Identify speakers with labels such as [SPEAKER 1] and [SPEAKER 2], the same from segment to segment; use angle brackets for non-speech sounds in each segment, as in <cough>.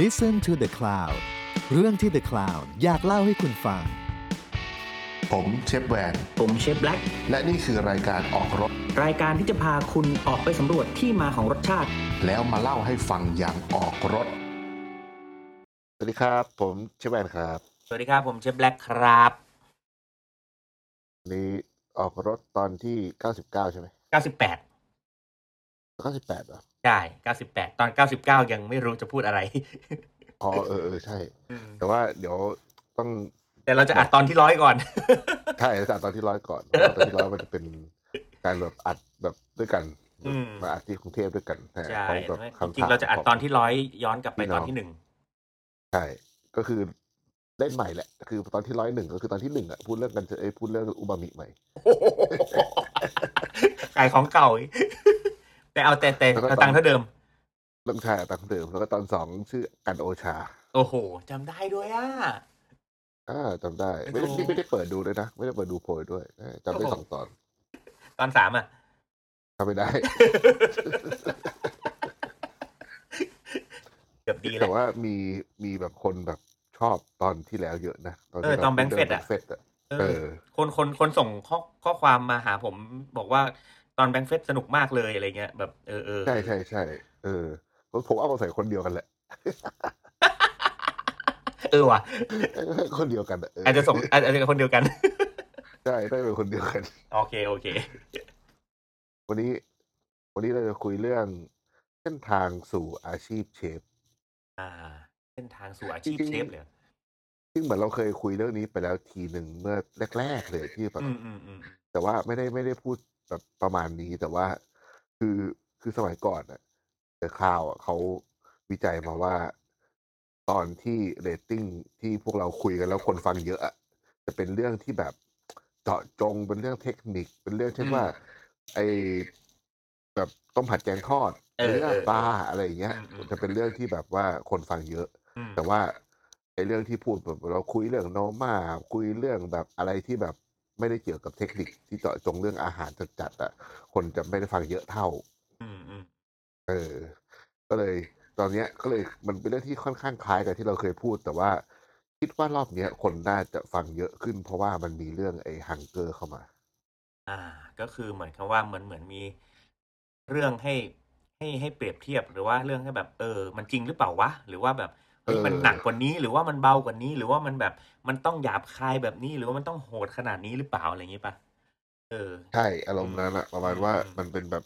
[SPEAKER 1] Listen to the Cloud เรื่องที่ The Cloud อยากเล่าให้คุณฟัง
[SPEAKER 2] ผมเชฟแวน
[SPEAKER 3] ผมเชฟแบล็ก
[SPEAKER 2] และนี่คือรายการออกรถ
[SPEAKER 3] รายการที่จะพาคุณออกไปสำรวจที่มาของรสชาติ
[SPEAKER 2] แล้วมาเล่าให้ฟังอย่างออกรถ
[SPEAKER 4] สวัสดีครับ ผมเชฟแอนครับ
[SPEAKER 3] สวัสดีครับ ผมเชฟแบล็กครับ
[SPEAKER 4] วันนี้ออกรถตอนที่ 99 ใช่ไหม
[SPEAKER 3] 98
[SPEAKER 4] 98เหรอ
[SPEAKER 3] ได้ 98 ตอน 99 ยังไม่รู้จะพูดอะไร
[SPEAKER 4] พอเออเออใช่ แต่ว่าเดี๋ยวต้อง
[SPEAKER 3] แต่เราจะอัดตอนที่ร้อยก่อน
[SPEAKER 4] ถ่ายสารตอนที่ร้อยก่อนเพราะว่าตอนที่ร้อยมันจะเป็นการแบบอัดแบบด้วยกัน
[SPEAKER 3] อืม
[SPEAKER 4] มาอัดที่กรุงเทพด้วยกันนะฮะ
[SPEAKER 3] ใช่
[SPEAKER 4] พร้อมกับคำถม
[SPEAKER 3] จริงๆเราจะอัดตอนที่
[SPEAKER 4] ข
[SPEAKER 3] ร้อยย้อนกลับไป
[SPEAKER 4] พี่น้อ
[SPEAKER 3] ต
[SPEAKER 4] ง
[SPEAKER 3] อนที่หนึ่ง
[SPEAKER 4] ใช่ก็คือเล่นใหม่แหละ คือตอนที่ร้อยหนึ่งก็คือตอนที่หนึ่งอ่ะพูดเรื่องกันเอ้ยพูดเรื่องอุบามิใหม่
[SPEAKER 3] ขายของเก่าอีกแต่เอาแต่แต่
[SPEAKER 4] แล้วก็
[SPEAKER 3] เอาตังค์เท่าเดิม
[SPEAKER 4] เรื่องชายอัดตามเดิมแล้วก็ตอนสองชื่อกันโอชา
[SPEAKER 3] โอ้โหจำได้ด้วยอ่ะ
[SPEAKER 4] อ่าจำได้ไม่ได้ไม่ได้เปิดดูเลยนะไม่ได้เปิดดูโพยด้วยเออจำได้สองตอน
[SPEAKER 3] ตอนสาม
[SPEAKER 4] <laughs>
[SPEAKER 3] อ่ะ
[SPEAKER 4] ทำไม่ได้
[SPEAKER 3] เกือบดีแล้
[SPEAKER 4] แต่
[SPEAKER 3] ว
[SPEAKER 4] ว่ามีมีแบบคนแบบชอบตอนที่แล้วเยอะนะ
[SPEAKER 3] เออ
[SPEAKER 4] ที่
[SPEAKER 3] ตอนแบงค์เฟดอะ
[SPEAKER 4] เฟดอะ
[SPEAKER 3] เอ
[SPEAKER 4] เอ
[SPEAKER 3] อ
[SPEAKER 4] อ
[SPEAKER 3] คนคนคนส่งข้อข้อความมาหาผมบอกว่าตอนแบงค์เฟสสนุกมากเลยอะไรเงี้ยแบบเออเออ
[SPEAKER 4] ใช่ใช่ใช่เออผมเอามาใส่คนเดียวกันแหละ <laughs>
[SPEAKER 3] เออว่ะ
[SPEAKER 4] เออคนเดียวกันอะเออ
[SPEAKER 3] อาจจะส่งอาจอาจจะคนเดียวกัน <laughs>
[SPEAKER 4] ใช่ได้เป็นคนเดียวกัน
[SPEAKER 3] โอเคโอเค
[SPEAKER 4] วันนี้ วันนี้เราจะคุยเรื่องเส้นทางสู่อาชีพเชฟ
[SPEAKER 3] อ่าเส้นทางสู่อาชีพ
[SPEAKER 4] จริงๆ
[SPEAKER 3] เชฟเลยเหรอ
[SPEAKER 4] ซึ่งเหมือนเราเคยคุยเรื่องนี้ไปแล้วทีหนึ่งเมื่อแรก ๆ เลยที่แบบ
[SPEAKER 3] อืมอืมอืม
[SPEAKER 4] แต่ว่าไม่ได้ไม่ได้พูดแบบประมาณนี้แต่ว่าคือคือสมัยก่อนอะเดอะข่าวอะเขาวิจัยมาว่า ตอนที่เรตติ้งที่พวกเราคุยกันแล้วคนฟังเยอะอะจะเป็นเรื่องที่แบบเจาะจงเป็นเรื่องเทคนิค เป็นเรื่องเช่นว่า ไอแบบต้มผัดแกงทอด
[SPEAKER 3] เออ
[SPEAKER 4] เนื้
[SPEAKER 3] เอ
[SPEAKER 4] อ
[SPEAKER 3] อ
[SPEAKER 4] ปลาอะไรอย่างเงี้ย
[SPEAKER 3] อืมอืม
[SPEAKER 4] จะเป็นเรื่องที่แบบว่าคนฟังเยอะ
[SPEAKER 3] อืม
[SPEAKER 4] แต่ว่าไอ้เรื่องที่พูดแบบเราคุยเรื่องโนมาคุยเรื่องแบบอะไรที่แบบไม่ได้เกี่ยวกับเทคนิคที่เจาะจงเรื่องอาหารจัดๆอ่ะคนจะไม่ได้ฟังเยอะเท่า
[SPEAKER 3] อืมอืม
[SPEAKER 4] เออ ก็เลย ตอนเนี้ยก็เลยมันเป็นเรื่องที่ค่อนข้างคล้ายกับที่เราเคยพูด แต่ว่าคิดว่ารอบเนี้ยคนน่าจะฟังเยอะขึ้น เพราะว่ามันมีเรื่องไอ้ฮังเกอร์เข้ามา
[SPEAKER 3] อ่า ก็คือเหมือนคำว่าเหมือนเหมือนมีเรื่องให้ให้ให้เปรียบเทียบหรือว่าเรื่องให้แบบ เออ มันจริงหรือเปล่าวะหรือว่าแบบเฮ้ย
[SPEAKER 4] เออ
[SPEAKER 3] มันหนักกว่านี้หรือว่ามันเบากว่านี้ หรือว่ามันแบบมันต้องหยาบคายแบบนี้ หรือว่ามันต้องโหดขนาดนี้หรือเปล่าอะไรอย่างงี้ปะเออ
[SPEAKER 4] ใช่อารมณ์นั้นอะประมาณว่ามันเป็นแบบ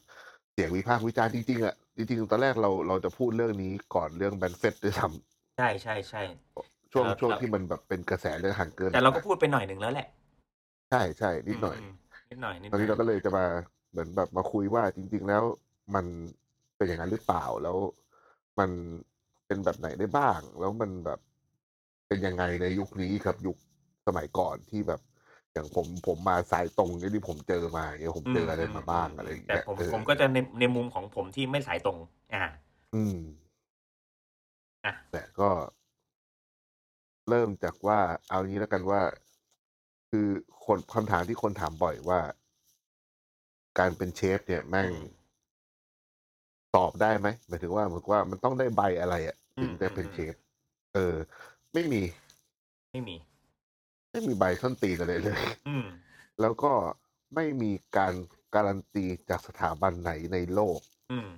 [SPEAKER 4] เสียงวิพากษ์วิจารณ์จริงๆอะจริงๆตอนแรกเราเราจะพูดเรื่องนี้ก่อนเรื่องแบนเฟตด้วยซ้ำ
[SPEAKER 3] ใช่ใช่ใช่
[SPEAKER 4] ช่วง
[SPEAKER 3] ครับ
[SPEAKER 4] ช่วง
[SPEAKER 3] ครับ
[SPEAKER 4] ที่มันแบบเป็นกระแสเรื่องหังเกิน
[SPEAKER 3] แต่เราก็พูดไปหน่อยหนึ่งแล้วแหละ
[SPEAKER 4] ใช่ใช่นิดหน่อย
[SPEAKER 3] มนิดหน่อยนิดห
[SPEAKER 4] ตอนนี้
[SPEAKER 3] น่
[SPEAKER 4] เรา
[SPEAKER 3] อย
[SPEAKER 4] ก็เลยจะมาเหมือนแบบมาคุยว่าจริง ๆ แล้วมันเป็นอย่างนั้นหรือเปล่าแล้วมันเป็นแบบไหนได้บ้าง แล้วมันแบบเป็นยังไงในยุคนี้กับยุคสมัยก่อนที่แบบ อย่างผมผมมาสายตรงเนี่ยที่ผมเจอมาเนี่ยผมเจออะไรมาบ้างอะไรอย่าง
[SPEAKER 3] แต่
[SPEAKER 4] เงี้ย
[SPEAKER 3] ผม
[SPEAKER 4] เออ
[SPEAKER 3] ผมก็จะในในมุมของผมที่ไม่สายตรง อ่า
[SPEAKER 4] อืม
[SPEAKER 3] อ่ะ
[SPEAKER 4] แต่ก็ เริ่มจากว่าเอางี้แล้วกันว่า คือคนคำถามที่คนถามบ่อยว่า การเป็นเชฟ เนี่ยแม่งตอบได้ไหมหมายถึงว่าเหมือนกับว่ามันต้องได้ใบอะไรอะ
[SPEAKER 3] อืม
[SPEAKER 4] ถึงได้เป็นเชฟ เออ ไม่มี
[SPEAKER 3] ไม่มี
[SPEAKER 4] ไม่มีใบส้นตีนอะไรเลย <laughs>
[SPEAKER 3] อืม
[SPEAKER 4] แล้วก็ไม่มีการการันตีจากสถาบันไหนในโลก
[SPEAKER 3] อืม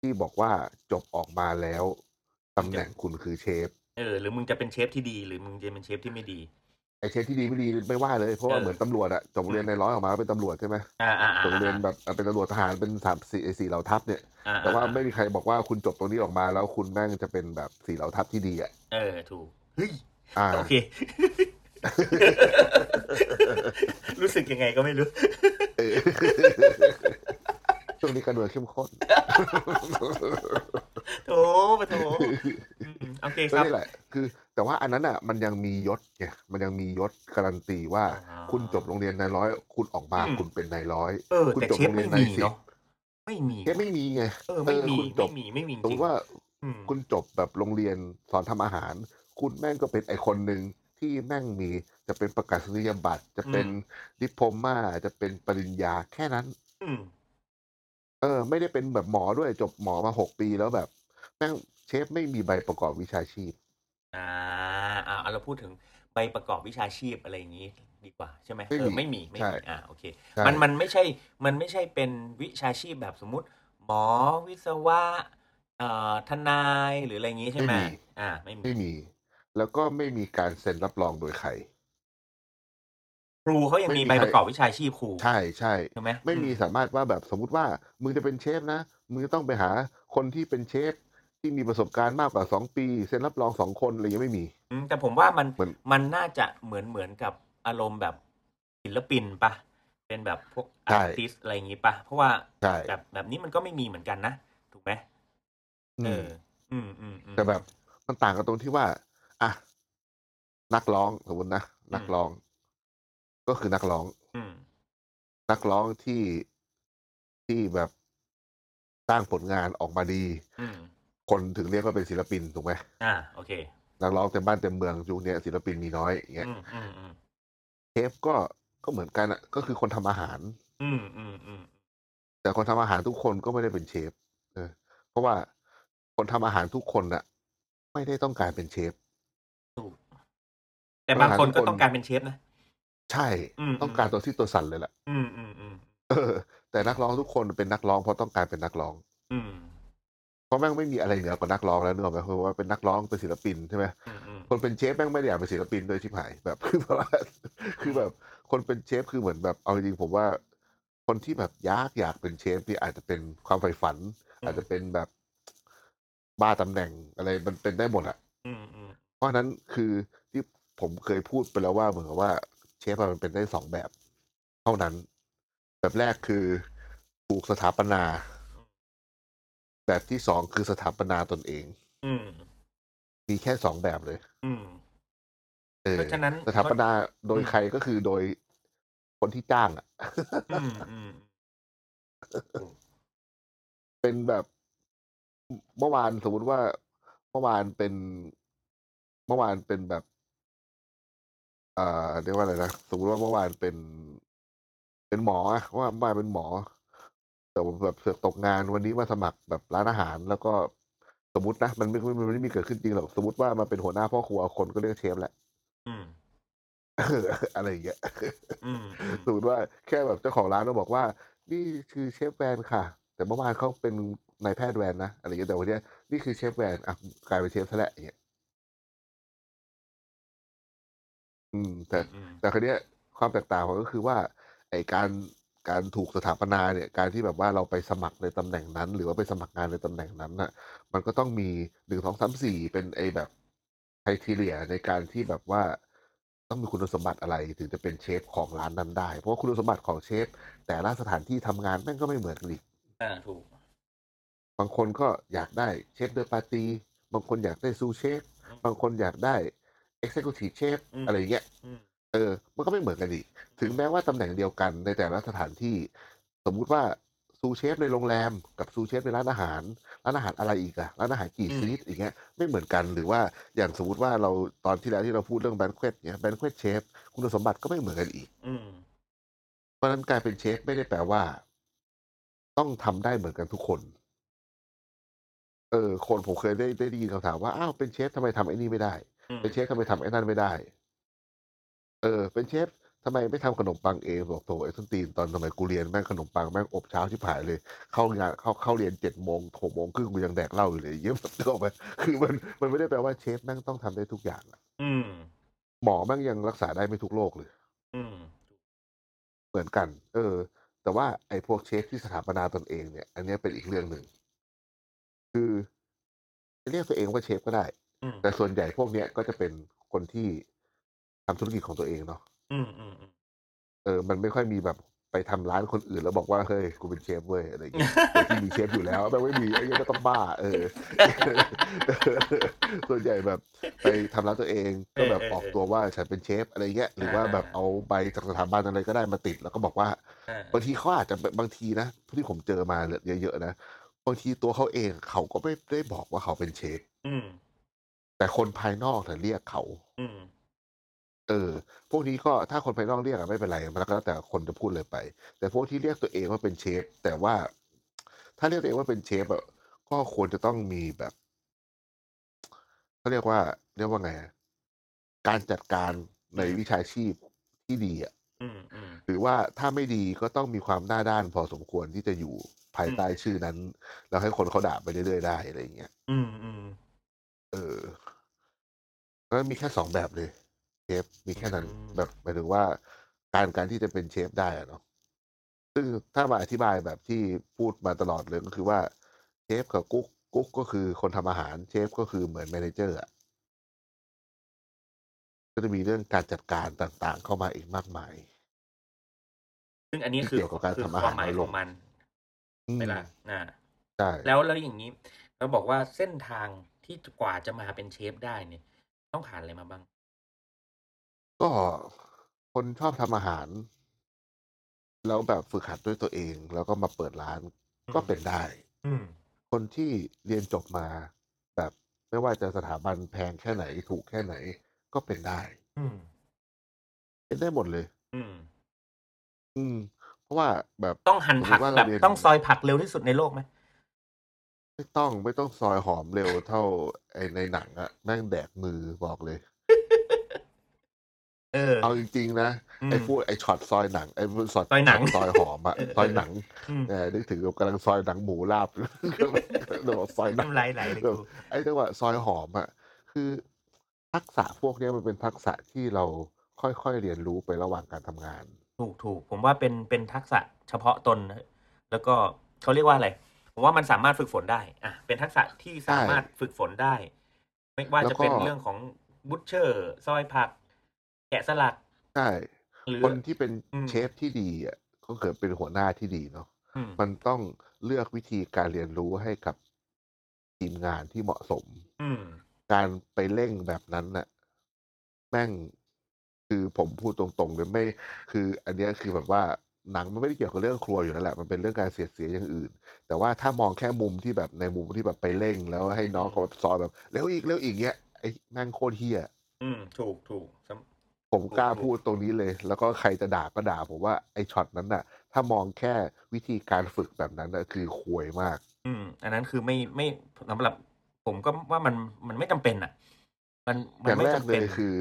[SPEAKER 4] ที่บอกว่าจบออกมาแล้วตำแหน่งคุณคือเชฟ
[SPEAKER 3] เออ หรือมึงจะเป็นเชฟที่ดี หรือมึงจะเป็นเชฟที่ไม่ดี
[SPEAKER 4] ไอเชฟที่ดีไม่ดีไม่ว่าเลยเพราะว่า
[SPEAKER 3] เออ
[SPEAKER 4] เหมือนตำรวจอะจบเรียนในร้อยออกมาก็เป็นตำรวจใช่ไหม
[SPEAKER 3] อ่าอ่าอ่า
[SPEAKER 4] จบเรียนแบบเอ่อเป็นตำรวจทหารเป็นสามสี่สี่เหล่าทัพเนี่ย
[SPEAKER 3] อ่
[SPEAKER 4] แต่ว่าไม่มีใครบอกว่าคุณจบตรงนี้ออกมาแล้วคุณแม่งจะเป็นแบบสี่เหล่าทัพที่ดีอะ
[SPEAKER 3] เออ ถูก เฮ้ย
[SPEAKER 4] อ่า
[SPEAKER 3] โอเค รู้สึกยังไงก็ไม่รู้
[SPEAKER 4] เออช่วงนี้การเมืองเข้มข้น
[SPEAKER 3] โอ้ปะโถอืมโอเคค
[SPEAKER 4] ก็
[SPEAKER 3] รับ
[SPEAKER 4] นี่แหละ คือ แต่ว่าอันนั้นอะมันยังมียศไงมันยังมียศการันตีว่า
[SPEAKER 3] อ่า
[SPEAKER 4] คุณจบโรงเรียนนายร้อย คุณออกมา
[SPEAKER 3] อืม
[SPEAKER 4] คุณเป็นนายร้อย
[SPEAKER 3] เออ
[SPEAKER 4] คุณ
[SPEAKER 3] แต่
[SPEAKER 4] จบ
[SPEAKER 3] เชฟ
[SPEAKER 4] โรงเรี
[SPEAKER 3] ไม่
[SPEAKER 4] ยนนา
[SPEAKER 3] มี
[SPEAKER 4] ยสิบ
[SPEAKER 3] เนาะ ไม่มี
[SPEAKER 4] เชฟไม่มีไง
[SPEAKER 3] เออ ไม่
[SPEAKER 4] เอ
[SPEAKER 3] มี
[SPEAKER 4] อคุณจ
[SPEAKER 3] ไม่
[SPEAKER 4] บ
[SPEAKER 3] มี ไม่มี
[SPEAKER 4] สมม
[SPEAKER 3] จริง
[SPEAKER 4] ติว่า
[SPEAKER 3] อืม
[SPEAKER 4] คุณจบแบบโรงเรียนสอนทำอาหาร คุณแม่งก็เป็นไอคนหนึ่งที่แม่งมีจะเป็นประกาศนียบัตร จะเป็น
[SPEAKER 3] อืม
[SPEAKER 4] ดิโพมาจะเป็นปริญญาแค่นั้น
[SPEAKER 3] อืม
[SPEAKER 4] เออ ไม่ได้เป็นแบบหมอด้วยจบหมอมาหกปีแล้วแบบ แม่ง เชฟไม่มีใบประกอบวิชาชีพ
[SPEAKER 3] อ่าอ่าเอาเราพูดถึงใบประกอบวิชาชีพอะไรอย่างนี้ดีกว่าใช่ไหม
[SPEAKER 4] ไม่มี
[SPEAKER 3] เออไม่มีไม่
[SPEAKER 4] ใช่
[SPEAKER 3] มีอ่าโอเค
[SPEAKER 4] ใช่
[SPEAKER 3] มันมันไม่ใช่ มันไม่ใช่เป็นวิชาชีพแบบสมมุติ หมอวิศวะเอ่อทนายหรืออะไรอย่างนี้ใช่ไหมอ่า ไม่มี
[SPEAKER 4] ไม่มี แล้วก็ไม่มีการเซ็นรับรองโดยใคร
[SPEAKER 3] ครูเขายัง
[SPEAKER 4] ไม่มี
[SPEAKER 3] มีใบ
[SPEAKER 4] ใคร
[SPEAKER 3] ประกอบวิชาชีพครู
[SPEAKER 4] ใช่ใช่
[SPEAKER 3] ใช่ไหม
[SPEAKER 4] ไม่มี
[SPEAKER 3] อื
[SPEAKER 4] สามารถว่าแบบสมมติว่ามึงจะเป็นเชฟนะมึงจะต้องไปหาคนที่เป็นเชฟที่มีประสบการณ์มากกว่าสองปีเซ็นรับรองสองคนอะไรยังไม่มี
[SPEAKER 3] อืมแต่ผมว่ามัน
[SPEAKER 4] เหมือน
[SPEAKER 3] มันน่าจะเหมือนเหมือนกับอารมณ์แบบศิลปินปะเป็นแบบพวก
[SPEAKER 4] ใช่
[SPEAKER 3] อาร์ติสอะไรอย่างนี้ปะเพราะว่า
[SPEAKER 4] ใช่
[SPEAKER 3] แบบแบบนี้มันก็ไม่มีเหมือนกันนะถูกไหมเออ อืมอืมอืม
[SPEAKER 4] แต่แบบมันต่างกันตรงที่ว่าอ่ะนักร้องสมมตินะนักร้อง ก็คือนักร้อง
[SPEAKER 3] อืม
[SPEAKER 4] นักร้องที่ที่แบบสร้างผลงานออกมาดี
[SPEAKER 3] อืม
[SPEAKER 4] คนถึงเรียกว่าเป็นศิลปินถูกไหม
[SPEAKER 3] อ่าโอเค
[SPEAKER 4] นักร้องเต็มบ้านเต็มเมืองยุคเนี้ยศิลปินมีน้อยอย่างเงี้ย
[SPEAKER 3] อืมอืมอืม
[SPEAKER 4] เชฟก็ก็เหมือนกันอ่ะก็คือคนทำอาหาร
[SPEAKER 3] อืมอืมอืม
[SPEAKER 4] แต่คนทำอาหารทุกคนก็ไม่ได้เป็นเชฟเออเพราะว่าคนทำอาหารทุกคนน่ะ ไม่ได้ต้องการเป็นเชฟ
[SPEAKER 3] แต่บางคน
[SPEAKER 4] อาหารทุกคน
[SPEAKER 3] ก็ต้องการเป็นเชฟนะ
[SPEAKER 4] ใช่
[SPEAKER 3] อืม
[SPEAKER 4] ต้องการตัวที่ตัวสั่นเลยล่ะ
[SPEAKER 3] อืมอืมอืม
[SPEAKER 4] เออ แต่นักร้องทุกคนเป็นนักร้องเพราะต้องการเป็นนักร้อง
[SPEAKER 3] อืม
[SPEAKER 4] เพราะแม่งไม่มีอะไรเหนือกว่านักร้องแล้วเนกอะไหมเพราะว่าเป็นนักร้องเป็นศิลปินใช่ไหม
[SPEAKER 3] อืมอืม
[SPEAKER 4] คนเป็นเชฟแม่งไม่ได้อยากเป็นศิลปินเลยชิบหายแบบ <laughs> คือแบบว่าคือแบบ คนเป็นเชฟคือเหมือนแบบเอาจริงๆผมว่า คนที่แบบอยากอยากเป็นเชฟนี่อาจจะเป็นความใฝ่ฝัน อาจจะเป็นแบบบ้าตำแหน่งอะไรมันเป็นได้หมดอะ
[SPEAKER 3] อืมอืม
[SPEAKER 4] เพราะฉะนั้นคือที่ผมเคยพูดไปแล้วว่าเหมือนกับว่าเชฟอะมันเป็นได้สองแบบ เท่านั้น แบบแรกคือถูกสถาปนา แบบที่สองคือสถาปนาตนเอง
[SPEAKER 3] อืม
[SPEAKER 4] มีแค่สองแบบเลย
[SPEAKER 3] อืม
[SPEAKER 4] เออ
[SPEAKER 3] เพราะฉะนั้น
[SPEAKER 4] สถาปนาโดยใครก็คือโดยคนที่จ้างอ่ะ
[SPEAKER 3] อืมอืม
[SPEAKER 4] เป็นแบบเมื่อวานสมมติว่าเมื่อวานเป็นเมื่อวานเป็นแบบเอ่อเรียกว่าอะไรนะสมมติว่าเมื่อวานเป็น เป็นหมออะว่าเมื่อวานเป็นหมอ แต่ว่าแบบเสือกตกงานวันนี้มาสมัครแบบร้านอาหาร แล้วก็สมมตินะมันไม่มันไม่มีเกิดขึ้นจริงหรอกสมมติว่ามาเป็นหัวหน้าพ่อครัวคนก็เรียกเชฟแหละ <laughs>
[SPEAKER 3] อืม
[SPEAKER 4] อะไรอย่างเงี้ย
[SPEAKER 3] อืมอืม
[SPEAKER 4] สมมติว่าแค่แบบเจ้าของร้านเราบอกว่า นี่คือเชฟแวนค่ะ แต่เมื่อวานเขาเป็นนายแพทย์แวนนะอะไรอย่างเงี้ยแต่วันเนี้ยนี่คือเชฟแวนอ่ะกลายเป็นเชฟซะแหละอย่างเงี้ยอืม แต่
[SPEAKER 3] อืม
[SPEAKER 4] แต่คราวเนี้ยความแตกต่างของมันก็คือว่า ไอการการถูกสถาปนาเนี่ย การที่แบบว่าเราไปสมัครในตำแหน่งนั้น หรือว่าไปสมัครงานในตำแหน่งนั้นน่ะ มันก็ต้องมีหนึ่งสองสามสี่เป็นไอแบบไททีเรียในการที่แบบว่าต้องมีคุณสมบัติอะไรถึงจะเป็นเชฟของร้านนั้นได้ เพราะว่าคุณสมบัติของเชฟ แต่ละสถานที่ทำงานแม่งก็ไม่เหมือนกันอีก
[SPEAKER 3] อ่าถูก
[SPEAKER 4] บางคนก็อยากได้เชฟเดอปาตีบางคนอยากได้ซูเชฟ บางคนอยากได้เอ็กเซคิวทีฟเชฟ
[SPEAKER 3] อืม
[SPEAKER 4] อะไรอย่างเงี้ย
[SPEAKER 3] อืม
[SPEAKER 4] เออ มันก็ไม่เหมือนกันอีก ถึงแม้ว่าตำแหน่งเดียวกันในแต่ละสถานที่ สมมุติว่าซูเชฟในโรงแรม กับซูเชฟในร้านอาหาร ร้านอาหารอะไรอีกอะร้านอาหารกี่ชนิดอย่างเงี้ย ไม่เหมือนกัน หรือว่าอย่างสมมติว่าเราตอนที่แล้วที่เราพูดเรื่องแบนเควตเนี้ยแบนเควตเชฟคุณสมบัติก็ไม่เหมือนกันอีก
[SPEAKER 3] อืม
[SPEAKER 4] เพราะฉะนั้นการเป็นเชฟไม่ได้แปลว่า ต้องทำได้เหมือนกันทุกคน เออ คนผมเคยได้ได้ยินคำถามว่า อ้าว เป็นเชฟทำไมทำไอ้นี่ไม่ได้
[SPEAKER 3] อืม
[SPEAKER 4] เป็นเชฟทำไมทำไอ้นั่นไม่ได้ เออ เป็นเชฟทำไมไม่ทำขนมปังเองบอกโถไอ้ส้นตีนตอนสมัยกูเรียนแม่งขนมปังแม่งอบเช้าชิบหายเลย เข้างานเข้าเข้าเรียนเจ็ดโมงหกโมงครึ่งกูยังแดกเหล้าอยู่เลยเยี่ยม <laughs> แบบนึกออกไหมคือมันมันไม่ได้แปลว่าเชฟแม่งต้องทำได้ทุกอย่างอะ
[SPEAKER 3] อืม
[SPEAKER 4] หมอแม่งยังรักษาได้ไม่ทุกโรคเลย
[SPEAKER 3] อืม
[SPEAKER 4] เหมือนกัน เออ แต่ว่าไอ้พวกเชฟที่สถาปนาตนเองเนี่ย อันเนี้ยเป็นอีกเรื่องหนึ่ง คือเรียกตัวเองว่าเชฟก็ได้
[SPEAKER 3] อืม
[SPEAKER 4] แต่ส่วนใหญ่พวกเนี้ยก็จะเป็นคนที่ทำธุรกิจของตัวเองเนาะ
[SPEAKER 3] อืมอืมอืม
[SPEAKER 4] เออ มันไม่ค่อยมีแบบไปทำร้านคนอื่นแล้วบอกว่า เฮ้ย กูเป็นเชฟเว้ย อะไรอย่างเงี้ยแต่ที่มีเชฟอยู่แล้วแบบไม่มีไอ้เนี้ยก็ต้องบ้า เออ <laughs> ส่วนใหญ่แบบไปทำร้านตัวเองก็แบบออกตัวว่าฉันเป็นเชฟอะไรเงี้ย หรือว่าแบบเอาใบจากสถาบันอะไรก็ได้มาติด แล้วก็บอกว่า
[SPEAKER 3] อ่า
[SPEAKER 4] บางทีเขาอาจจะบางทีนะที่ผมเจอมาเยอะๆนะบางทีตัวเขาเองเขาก็ไม่ได้บอกว่าเขาเป็นเชฟ
[SPEAKER 3] อืม
[SPEAKER 4] แต่คนภายนอกเนี่ยเรียกเขา
[SPEAKER 3] อืม
[SPEAKER 4] เออ พวกนี้ก็ถ้าคนภายนอกเรียกอะไม่เป็นไรมันก็แล้วแต่คนจะพูดเลยไป แต่พวกที่เรียกตัวเองว่าเป็นเชฟ แต่ว่า ถ้าเรียกตัวเองว่าเป็นเชฟอะก็ควรจะต้องมีแบบ เขาเรียกว่า เรียกว่าไงอะการจัดการในวิชาชีพที่ดีอ่ะ
[SPEAKER 3] อืมอืม
[SPEAKER 4] หรือว่าถ้าไม่ดีก็ต้องมีความหน้าด้านพอสมควรที่จะอยู่ภายใต้ชื่อนั้น แล้วให้คนเขาด่าไปเรื่อยๆได้อะไรอย่างเงี้ย
[SPEAKER 3] อืมอืม
[SPEAKER 4] เออแล้วมีแค่สองแบบเลยเชฟมีแค่นั้น แบบหมายถึงว่าการการที่จะเป็นเชฟได้อะเนาะซึ่งถ้ามาอธิบายแบบที่พูดมาตลอดเลยก็คือว่าเชฟกับกุ๊กกุ๊กก็คือคนทำอาหาร เชฟก็คือเหมือนแมเนเจอร์อะก็จะมีเรื่องการจัดการต่างๆ เข้ามาอีกมากมาย
[SPEAKER 3] ซึ่งอันนี้คือ
[SPEAKER 4] เกี่ยวกับการ
[SPEAKER 3] คื
[SPEAKER 4] ทำอาหาร
[SPEAKER 3] ความหมาย
[SPEAKER 4] น้อย
[SPEAKER 3] ข
[SPEAKER 4] ล
[SPEAKER 3] อง งมัน
[SPEAKER 4] อืม
[SPEAKER 3] เวลาอ่า
[SPEAKER 4] ใช่
[SPEAKER 3] แล้วแล้วอย่างนี้ เราบอกว่าเส้นทางที่กว่าจะมาเป็นเชฟได้เนี่ย ต้องผ่านอะไรมาบ้าง
[SPEAKER 4] ก็คนชอบทำอาหาร แล้วแบบฝึกหัดด้วยตัวเอง แล้วก็มาเปิดร้านก็เป็นได้
[SPEAKER 3] อืม
[SPEAKER 4] คนที่เรียนจบมาแบบไม่ว่าจะสถาบันแพงแค่ไหนถูกแค่ไหน ก็เป็นได้
[SPEAKER 3] อืม
[SPEAKER 4] เป็นได้หมดเลย
[SPEAKER 3] อืม
[SPEAKER 4] อืม เพราะว่าแบบ
[SPEAKER 3] ต้องหั่นผัก
[SPEAKER 4] ผมว่าเรา
[SPEAKER 3] แบบ
[SPEAKER 4] เรียน
[SPEAKER 3] ต้องซอยผักเร็วที่สุดในโลกไหม
[SPEAKER 4] ไม่ต้องไม่ต้องซอยหอมเร็วเท่าไอในหนังอะแม่งแดกมือบอกเลย
[SPEAKER 3] เออ
[SPEAKER 4] เอาจริง ๆ นะ
[SPEAKER 3] อืม
[SPEAKER 4] ไอพูดไอช็อตซอยหนังไอพูดช็อต
[SPEAKER 3] ซอยหนัง
[SPEAKER 4] ซอยหอมอะ
[SPEAKER 3] เออเออ
[SPEAKER 4] ซอยหนัง
[SPEAKER 3] อืม
[SPEAKER 4] เออนึกถึงแบบกำลังซอยหนังหมูลาบ <laughs> เดี๋ยวบอกซอยหนัง
[SPEAKER 3] น้ำลายไหลเลยกู
[SPEAKER 4] ไอ้จังหวะซอยหอมอ่ะ คือทักษะพวกเนี้ยมันเป็นทักษะที่เราค่อยๆเรียนรู้ไประหว่างการทำงาน
[SPEAKER 3] ถูกถูกผมว่าเป็นเป็นทักษะเฉพาะตนนะแล้วก็เขาเรียกว่าอะไร ผมว่ามันสามารถฝึกฝนได้ อ่ะ เป็นทักษะที่สามารถฝึกฝนได้ ไม่ว่า
[SPEAKER 4] แล้ว
[SPEAKER 3] จะ
[SPEAKER 4] ก็
[SPEAKER 3] เป็นเรื่องของบุชเชอร์ ซอยผัก แกะสลัก
[SPEAKER 4] ใช่
[SPEAKER 3] หรือ
[SPEAKER 4] คนที่เป็น
[SPEAKER 3] อืม
[SPEAKER 4] เชฟที่ดีอ่ะก็เกิดเป็นหัวหน้าที่ดีเนาะ
[SPEAKER 3] อืม
[SPEAKER 4] มันต้องเลือกวิธีการเรียนรู้ให้กับทีมงานที่เหมาะสม
[SPEAKER 3] อืม
[SPEAKER 4] การไปเร่งแบบนั้นน่ะแม่งคือผมพูดตรงๆเลยไม่ คือ อันเนี้ยคือแบบว่าหนังมันไม่ได้เกี่ยวกับเรื่องครัวอยู่แล้วแหละมันเป็นเรื่องการเสียดเสียอย่างอื่น แต่ว่าถ้ามองแค่มุมที่แบบในมุมที่แบบไปเร่ง แล้วให้น้องเขาแบบซอยแบบเร็วอีกเร็วอีกเงี้ยไอ้แม่งโคตรเฮีย
[SPEAKER 3] อืม ถูกถูกสำ
[SPEAKER 4] ผมกล้าพูดตรงนี้เลย แล้วก็ใครจะด่าก็ด่าผมว่าไอ้ช็อตนั้นน่ะ ถ้ามองแค่วิธีการฝึกแบบนั้นน่ะคือควยมาก
[SPEAKER 3] อืม อันนั้นคือไม่ไม่สำหรับ ผมก็ว่ามันมันไม่จำเป็นอ่ะ มันมั
[SPEAKER 4] อน ย่าง
[SPEAKER 3] ไม่
[SPEAKER 4] แรก
[SPEAKER 3] จำ
[SPEAKER 4] เล
[SPEAKER 3] เป็
[SPEAKER 4] ย
[SPEAKER 3] น
[SPEAKER 4] คือ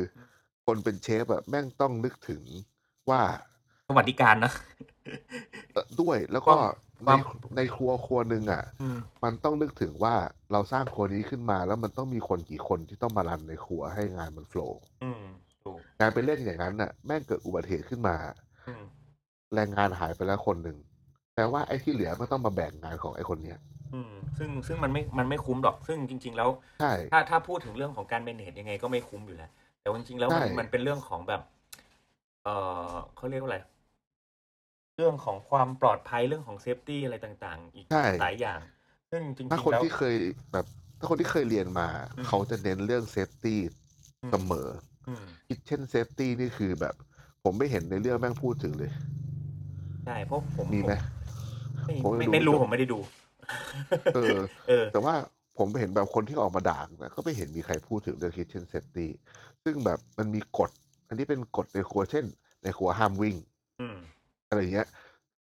[SPEAKER 4] คนเป็นเชฟอะแม่งต้องนึกถึงว่า
[SPEAKER 3] สวัสดิการนะ
[SPEAKER 4] เอ่อด้วยแล้วก็
[SPEAKER 3] ค
[SPEAKER 4] ใน
[SPEAKER 3] วาม
[SPEAKER 4] ในครัวครัวหนึ่งอ่ะ
[SPEAKER 3] อืม
[SPEAKER 4] มันต้องนึกถึงว่าเราสร้างครัวนี้ขึ้นมา แล้วมันต้องมีคนกี่คนที่ต้องมารันในครัวให้งานมันโฟล์
[SPEAKER 3] อืมถูก
[SPEAKER 4] การไปเล่นอย่างนั้นน่ะแม่งเกิดอุบัติเหตุขึ้นมา
[SPEAKER 3] อืม
[SPEAKER 4] แรงงานหายไปแล้วคนหนึ่งแปลว่าไอ้ที่เหลือก็ต้องมาแบ่งงานของไอ้คนเนี้ย
[SPEAKER 3] อืม ซึ่งซึ่งมันไม่มันไม่คุ้มหรอกซึ่งจริง ๆ แล้ว
[SPEAKER 4] ใช่
[SPEAKER 3] ถ้าถ้าพูดถึงเรื่องของการเมนเทนยังไงก็ไม่คุ้มอยู่แล้ว แต่ว่าจริงๆแล้วมัน
[SPEAKER 4] ใช่
[SPEAKER 3] มันเป็นเรื่องของแบบ เออเขาเรียกว่าอะไร เรื่องของความปลอดภัยเรื่องของเซฟตี้อะไรต่าง ๆ อีก
[SPEAKER 4] ใช่
[SPEAKER 3] หลายอย่าง ซึ่งจริง
[SPEAKER 4] ถ้าค
[SPEAKER 3] ๆ
[SPEAKER 4] น
[SPEAKER 3] แล้ว
[SPEAKER 4] ที่เคยแบบ ถ้าคนที่เคยเรียนมา
[SPEAKER 3] อืม
[SPEAKER 4] เขาจะเน้นเรื่องเซฟตี้เสมอ
[SPEAKER 3] อืม
[SPEAKER 4] คิดเช่นเซฟตี้นี่คือแบบ ผมไม่เห็นในเรื่องแม่งพูดถึงเลย
[SPEAKER 3] ใช่เพราะผม
[SPEAKER 4] มีไหม
[SPEAKER 3] ผม
[SPEAKER 4] ผมไม่
[SPEAKER 3] ไม่
[SPEAKER 4] ดู
[SPEAKER 3] ไม่
[SPEAKER 4] จบ
[SPEAKER 3] รู้ผมไม่ได้ดู
[SPEAKER 4] เออ
[SPEAKER 3] เออ
[SPEAKER 4] แต่ว่าผมเห็นแบบคนที่ออกมาด่านะก็ไม่เห็นมีใครพูดถึงเรื่อง kitchen safety ซึ่งแบบมันมีกฎ อันนี้เป็นกฎในครัวเช่น ในครัวห้ามวิ่ง
[SPEAKER 3] อืม
[SPEAKER 4] อะไรเงี้ย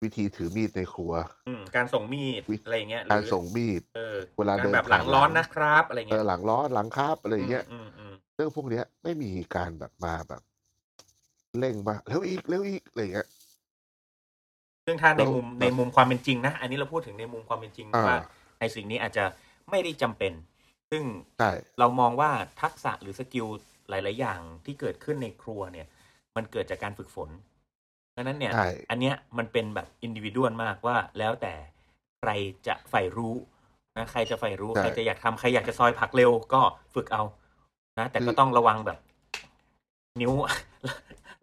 [SPEAKER 4] วิธีถือมีดในครัว
[SPEAKER 3] อืม การส่งมีด
[SPEAKER 4] วิ
[SPEAKER 3] อะไรอย่างเงี้ยห
[SPEAKER 4] การส่งมีด
[SPEAKER 3] เออ
[SPEAKER 4] เวลาเดิน
[SPEAKER 3] แบบห
[SPEAKER 4] ผ่า
[SPEAKER 3] ลั
[SPEAKER 4] น
[SPEAKER 3] งร้อน
[SPEAKER 4] ร้าน
[SPEAKER 3] นะครับ อะไร
[SPEAKER 4] เอ
[SPEAKER 3] เงี้ย
[SPEAKER 4] อหลังล้อหลังคาบอะไรเงี้ย
[SPEAKER 3] อืมอืม
[SPEAKER 4] เรื่องพวกเนี้ยไม่มีการแบบมาแบบ เร่งมาเร็วอีกเร็วอีกอะไรเงี้ย
[SPEAKER 3] ซึ่งถ้าใน
[SPEAKER 4] แล้ว
[SPEAKER 3] มุม
[SPEAKER 4] แบบ
[SPEAKER 3] ในมุมความเป็นจริงนะ อันนี้เราพูดถึงในมุมความเป็นจริง
[SPEAKER 4] อ่า
[SPEAKER 3] ว่าในสิ่งนี้อาจจะไม่ได้จำเป็น ซึ่ง
[SPEAKER 4] ใช่
[SPEAKER 3] เรามองว่าทักษะหรือสกิลหลาย ๆ อย่างที่เกิดขึ้นในครัวเนี่ย มันเกิดจากการฝึกฝนดังนั้นเนี่ย
[SPEAKER 4] ใช่
[SPEAKER 3] อันเนี้ยมันเป็นแบบอินดิวิดวลมากว่า แล้วแต่ใครจะใฝ่รู้นะใครจะใฝ่รู้ ใครจะอยากทำใครอยากจะซอยผักเร็วก็ฝึกเอา นะ แต่ก็ต้องระวังแบบ นิ้ว <laughs>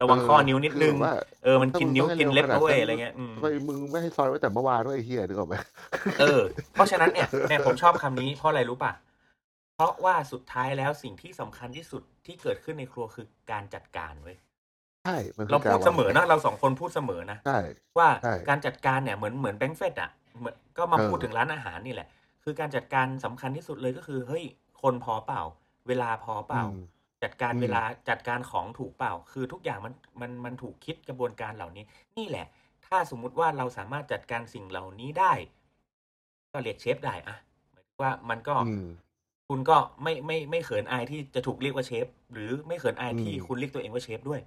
[SPEAKER 3] ระวังข้อนิ้วนิดนึง
[SPEAKER 4] คือแบบว่า
[SPEAKER 3] เออมันกินนิ้วกินเล็บนะเว้ยอะไรเงี้ยอืม
[SPEAKER 4] ทำไมมึงไม่ให้ซอยไว้แต่เมื่อวานด้วยไอ้เฮียนึกออกไหม
[SPEAKER 3] เออ เพราะฉะนั้นเนี่ยเนี่ยผมชอบคำนี้เพราะอะไรรู้ป่ะ เพราะว่าสุดท้ายแล้วสิ่งที่สำคัญที่สุดที่เกิดขึ้นในครัวคือการจัดการเว้ย
[SPEAKER 4] ใช่มันคื
[SPEAKER 3] เราพูด
[SPEAKER 4] กวง
[SPEAKER 3] เสมอนะเราสองคนพูดเสมอนะ
[SPEAKER 4] ใช่
[SPEAKER 3] ว่า
[SPEAKER 4] ใช่
[SPEAKER 3] การจัดการเนี่ยเหมือนเหมือนแบงค์เฟดอ่ะเหมือนก็มา
[SPEAKER 4] เออ
[SPEAKER 3] พูดถึงร้านอาหารนี่แหละ คือการจัดการสำคัญที่สุดเลยก็คือ เฮ้ย คนพอเปล่า เวลาพอเปล่า
[SPEAKER 4] อืม
[SPEAKER 3] จัดการ
[SPEAKER 4] อืม
[SPEAKER 3] เวลาจัดการของถูกเปล่า คือทุกอย่างมันมันมันถูกคิดกระบวนการเหล่านี้ นี่แหละ ถ้าสมมุติว่าเราสามารถจัดการสิ่งเหล่านี้ได้ ก็เรียกเชฟได้อะหมายถึงว่ามันก็
[SPEAKER 4] อืม
[SPEAKER 3] คุณก็ไม่ไม่ไม่เขินอายที่จะถูกเรียกว่าเชฟ หรือไม่เขินอายที่
[SPEAKER 4] อืม
[SPEAKER 3] คุณเรียกตัวเองว่าเชฟด้วย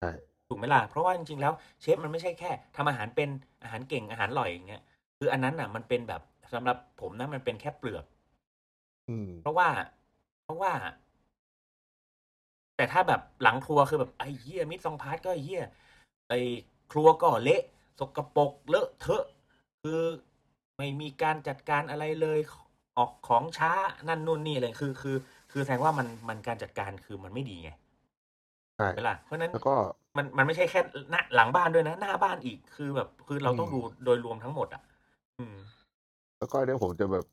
[SPEAKER 4] ใช่
[SPEAKER 3] ถูกไหมล่ะเพราะว่าจริงๆแล้วเชฟมันไม่ใช่แค่ทำอาหารเป็นอาหารเก่งอาหารอร่อยอย่างเงี้ยคืออันนั้นน่ะมันเป็นแบบสำหรับผมนะมันเป็นแค่เปลือก
[SPEAKER 4] อืม
[SPEAKER 3] เพราะว่าเพราะว่า แต่ถ้าแบบหลังครัวคือแบบไอ้เหี้ยมิดซองพาร์ทก็ไอ้เหี้ยไอ้ครัวก็เละ สกปรกเลอะเทอะ คือไม่มีการจัดการอะไรเลยออกของช้านั่นนู่นนี่อะไรคือ คือ คือแสดงว่ามันมันการจัดการคือมันไม่ดีไง
[SPEAKER 4] ใช่
[SPEAKER 3] เวลาเพราะฉะนั้น
[SPEAKER 4] แล้วก็
[SPEAKER 3] มันมันไม่ใช่แค่หน้าหลังบ้านด้วยนะ หน้าบ้านอีกคือแบบ คือเราต้อง
[SPEAKER 4] อืม
[SPEAKER 3] ดูโดยรวมทั้งหมด อ่ะ อืม
[SPEAKER 4] แล้วก็เนี่ยผมจะแบบ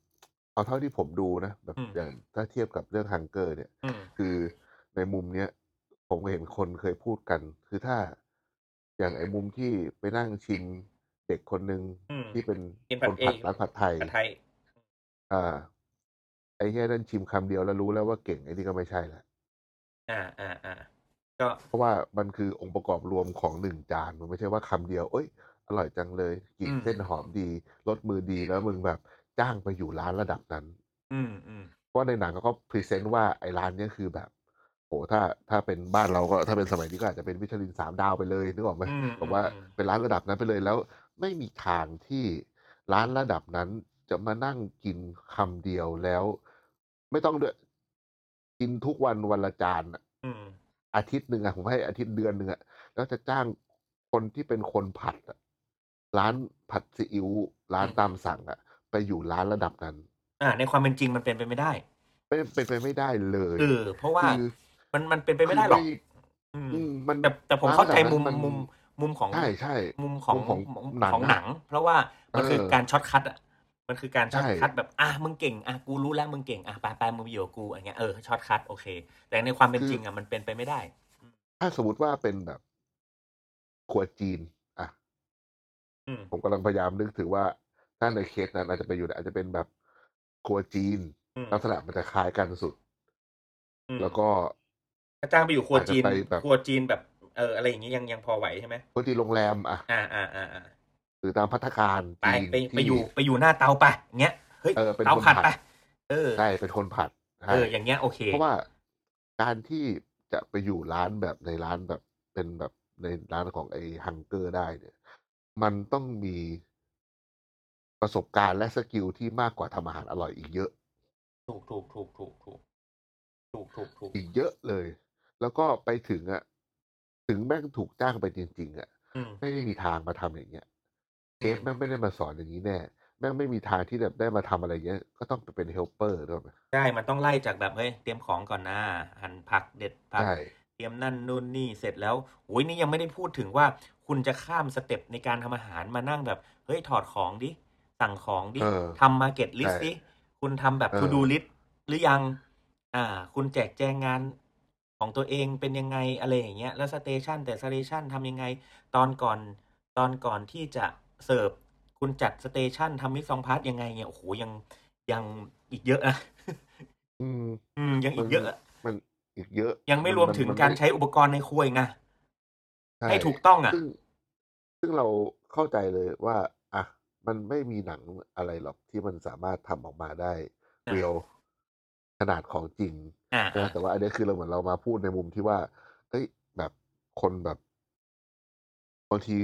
[SPEAKER 4] เอาเท่าที่ผมดูนะแบบ
[SPEAKER 3] อืม
[SPEAKER 4] อย่างถ้าเทียบกับเรื่องฮังเกอร์เนี่ย
[SPEAKER 3] อืม
[SPEAKER 4] คือในมุมเนี้ยผมเห็นคนเคยพูดกัน คือถ้าอย่างไอ้มุมที่ไปนั่งชิมเด็กคนหนึ่ง
[SPEAKER 3] อืม
[SPEAKER 4] ที่เป็น
[SPEAKER 3] กินผั
[SPEAKER 4] คนผัด
[SPEAKER 3] ดเอง
[SPEAKER 4] ร้านผัดไทย
[SPEAKER 3] ผัดไทย
[SPEAKER 4] อ่า ไอ้แค่นั่นชิมคำเดียวแล้วรู้แล้วว่าเก่งไอ้นี่ก็ไม่ใช่ละ
[SPEAKER 3] อ่าอ่าอ่าก็
[SPEAKER 4] เพราะว่ามันคือองค์ประกอบรวมของหนึ่งจานมันไม่ใช่ว่าคำเดียวเอ้ยอร่อยจังเลยกลิ่นเส้นหอมดีรสมือดีแล้วมึงแบบจ้างไปอยู่ร้านระดับนั้น
[SPEAKER 3] อืมอืม
[SPEAKER 4] เพราะในหนังเขาก็พรีเซนต์ว่าไอ้ร้านเนี้ยคือแบบโหถ้าถ้าเป็นบ้านเราก็ถ้าเป็นสมัยนี้ก็อาจจะเป็นมิชลินสามดาวไปเลยนึกออกไหม
[SPEAKER 3] อืม
[SPEAKER 4] แบบว่า
[SPEAKER 3] อืม
[SPEAKER 4] เป็นร้านระดับนั้นไปเลยแล้ว ไม่มีทางที่ร้านระดับนั้นจะมานั่งกินคำเดียวแล้ว ไม่ต้องด้วยกินทุกวันวันละจานอะ
[SPEAKER 3] อืม
[SPEAKER 4] อาทิตย์หนึ่งอะผมให้อาทิตย์เดือนหนึ่งอะแล้วจะจ้างคนที่เป็นคนผัดอะร้านผัดซีอิ๊วร้านตามสั่งอะไปอยู่ร้านระดับนั้น
[SPEAKER 3] อ่า ในความเป็นจริงมันเป็นไปไม่ได้
[SPEAKER 4] ไม่เป็นไปไม่ได้เลย
[SPEAKER 3] เออเพราะว่า
[SPEAKER 4] คือ
[SPEAKER 3] มันมันเป็นไปไม่ได้หรอกอืม
[SPEAKER 4] อืมมัน
[SPEAKER 3] แต่แต่ผมเข้าใจมุม
[SPEAKER 4] ร้นแบบนั้น
[SPEAKER 3] มุมมุมของ
[SPEAKER 4] ใช่ใช่
[SPEAKER 3] มุมของ
[SPEAKER 4] มุมของหนัง
[SPEAKER 3] ของหนัง เพราะว่ามันคือ
[SPEAKER 4] เออ
[SPEAKER 3] การช็อตคัทอ่ะมันคือการช็อต
[SPEAKER 4] ใช่
[SPEAKER 3] คัทแบบอ่ะมึงเก่งอ่ะกูรู้แล้วมึงเก่งอ่ะไปไปมึงไปอยู่กับกูอะไรเงี้ยเออช็อตคัทโอเค แต่ในความเป็นจริงอ่ะมันเป็นไปไม่ได้
[SPEAKER 4] ถ้าสมมติว่าเป็นแบบครัวจีน อ่ะ
[SPEAKER 3] อืม
[SPEAKER 4] ผมกำลังพยายามนึกถึงว่าถ้าในเคสนั้นอาจจะไปอยู่ในอาจจะเป็นแบบครัวจีน
[SPEAKER 3] อืม
[SPEAKER 4] ลักษณะมันจะคล้ายกันสุด
[SPEAKER 3] อืม
[SPEAKER 4] แล้วก็
[SPEAKER 3] ถ้าจ้างไปอยู่ครัวจีน
[SPEAKER 4] อาจจะไปแบบ
[SPEAKER 3] ครัวจีนแบบเอออะไรอย่างงี้ยังยังพอไหวใช่ไหม
[SPEAKER 4] ครัวจีนโรงแรม อ่ะ
[SPEAKER 3] อ่าอ่าอ่าอ่า
[SPEAKER 4] หรือตามพัฒการ
[SPEAKER 3] ไป
[SPEAKER 4] จีน
[SPEAKER 3] ไปไป
[SPEAKER 4] ที่
[SPEAKER 3] อยู่ไปอยู่หน้าเตาไปเงี้ยเฮ้ย
[SPEAKER 4] เออเป็น
[SPEAKER 3] เตาผัด
[SPEAKER 4] คนผัด
[SPEAKER 3] ไปเออ
[SPEAKER 4] ใช่เป็นคนผัดใช่
[SPEAKER 3] เอออย่างเงี้ยโอเค
[SPEAKER 4] เพราะว่าการที่จะไปอยู่ร้านแบบในร้านแบบเป็นแบบในร้านของไอ้ฮังเกอร์ได้เนี่ย มันต้องมีประสบการณ์และสกิลที่มากกว่าทำอาหารอร่อยอีกเยอะ
[SPEAKER 3] ถูกถูกถูกถูกถูกถูกถูกถูก
[SPEAKER 4] อีกเยอะเลย แล้วก็ไปถึงอะถึงแม่งถูกจ้างไปจริงๆอะ
[SPEAKER 3] อืม
[SPEAKER 4] ไม่ได้มีทางมาทำอย่างเงี้ยเชฟแม่งไม่ได้มาสอนอย่างนี้แน่แม่งไม่มีทางที่แบบได้มาทำอะไรเงี้ย ก็ต้องไปเป็นเฮลเปอร์ด้วยไหม
[SPEAKER 3] ใช่มันต้องไล่จากแบบเฮ้ยเตรียมของก่อนนะหั่นผักเด็ดผัก
[SPEAKER 4] ใช่
[SPEAKER 3] เตรียมนั่นนู่นนี่เสร็จแล้วโอ้ยนี่ยังไม่ได้พูดถึงว่าคุณจะข้ามสเต็ปในการทำอาหารมานั่งแบบ เฮ้ยถอดของดิ สั่งของดิ
[SPEAKER 4] เออ
[SPEAKER 3] ทำมาเก็ตลิส
[SPEAKER 4] ใช่
[SPEAKER 3] ดิ คุณทำแบบ
[SPEAKER 4] เออ
[SPEAKER 3] ทูดูลิสหรือยัง อ่า คุณแจกแจงงานของตัวเองเป็นยังไงอะไรอย่างเงี้ยแล้วสเตชันแต่สเตชันทำยังไง ตอนก่อนตอนก่อนที่จะเสิร์ฟคุณจัดสเตชันทำมิสซองพาร์ทยังไงเนี่ยโอ้โหยังยังอีกเยอะนะ <laughs>
[SPEAKER 4] อืม
[SPEAKER 3] อืมยังอีกเยอะอะ
[SPEAKER 4] มันอีกเยอะ
[SPEAKER 3] ยังไม่รวมถึง
[SPEAKER 4] นน
[SPEAKER 3] การใช้อุปกรณ์ในครัวอีกนะ
[SPEAKER 4] ช่
[SPEAKER 3] ให้ถูกต้องอ่ะ
[SPEAKER 4] ซึ่งซึ่งเราเข้าใจเลยว่า อ่ะ มันไม่มีหนังอะไรหรอกที่มันสามารถทำออกมาได้
[SPEAKER 3] อ่ะ
[SPEAKER 4] เรียวขนาดของจริง
[SPEAKER 3] อ่า
[SPEAKER 4] นะแต่ว่าอันเนี้ยคือเราเหมือนเรามาพูดในมุมที่ว่า เอ้ย แบบคนแบบบางที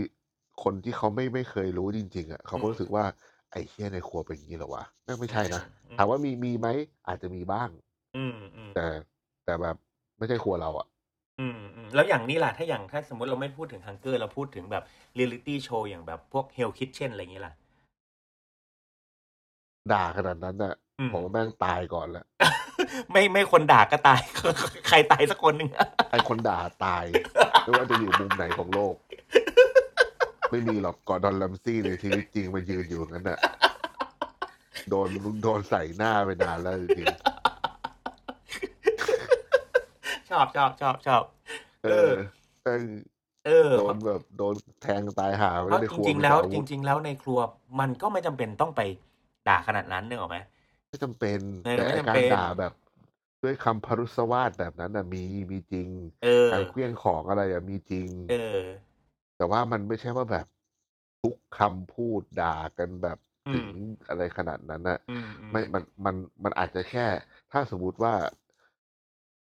[SPEAKER 4] คนที่เขาไม่ไม่เคยรู้จริง ๆ อ่ะเขาก็รู้สึกว่าไอ้เฮี้ยในครัวเป็นอย่างนี้เหรอวะแม่งไม่ใช่นะถามว่ามีมีไหมอาจจะมีบ้าง
[SPEAKER 3] อืมอืม
[SPEAKER 4] แต่ แต่แบบไม่ใช่ครัวเราอ่ะ
[SPEAKER 3] อืมอืมแล้วอย่างนี้ล่ะ ถ้าอย่างถ้าสมมติเราไม่พูดถึงฮังเกอร์ เราพูดถึงแบบเรียลลิตี้โชว์อย่างแบบพวกเฮลคิ t เช่นอะไรอย่างนี้ล่ะ
[SPEAKER 4] ด่าขนาดนั้นอ่ะ
[SPEAKER 3] อืม
[SPEAKER 4] ผมว่าแม่งตายก่อนแล้ว
[SPEAKER 3] ไม่ไม่คนด่าก็ตาย <laughs> ใครตายสักคนหนึ่ง <laughs>
[SPEAKER 4] ไอคนด่าตาย ไม่ว่าจะอยู่มุมไหนของโลก ไม่มีหรอกกอร์ดอนแลมซี่ในชีวิตจริงมันยืนอยู่อย่างนั้นน่ะ โดนโดนใส่หน้าไปนานแล้วจริง
[SPEAKER 3] ชอบชอบชอบชอบ
[SPEAKER 4] ๆเออแม่ง
[SPEAKER 3] เออ
[SPEAKER 4] โดนแบบโดนแทงตายหาไป
[SPEAKER 3] เพราะ
[SPEAKER 4] ใน
[SPEAKER 3] จ
[SPEAKER 4] ครัว
[SPEAKER 3] ริง ๆ แล้ว
[SPEAKER 4] มัน
[SPEAKER 3] จ
[SPEAKER 4] จะอาธ
[SPEAKER 3] ริง ๆ แล้วในครัวมันก็ไม่จำเป็นต้องไปด่าขนาดนั้นเนกอะไหม
[SPEAKER 4] ไม่จำเป็น
[SPEAKER 3] เออ
[SPEAKER 4] แต่
[SPEAKER 3] ไม่
[SPEAKER 4] ไอ้
[SPEAKER 3] จำ
[SPEAKER 4] การ
[SPEAKER 3] เป็น
[SPEAKER 4] ด่าแบบ ด้วยคำพรุษวาทแบบนั้นน่ะ มีมีจริง
[SPEAKER 3] เออ
[SPEAKER 4] การเคลี้ยงของอะไรอ่ะมีจริง
[SPEAKER 3] เออ
[SPEAKER 4] แต่ว่ามันไม่ใช่ว่าแบบทุกคำพูดด่ากันแบบ
[SPEAKER 3] อื
[SPEAKER 4] ถึ
[SPEAKER 3] ม
[SPEAKER 4] งอะไรขนาดนั้นน่ะ
[SPEAKER 3] อืม
[SPEAKER 4] ไม่ มัน มัน มันอาจจะแค่ ถ้าสมมุติว่า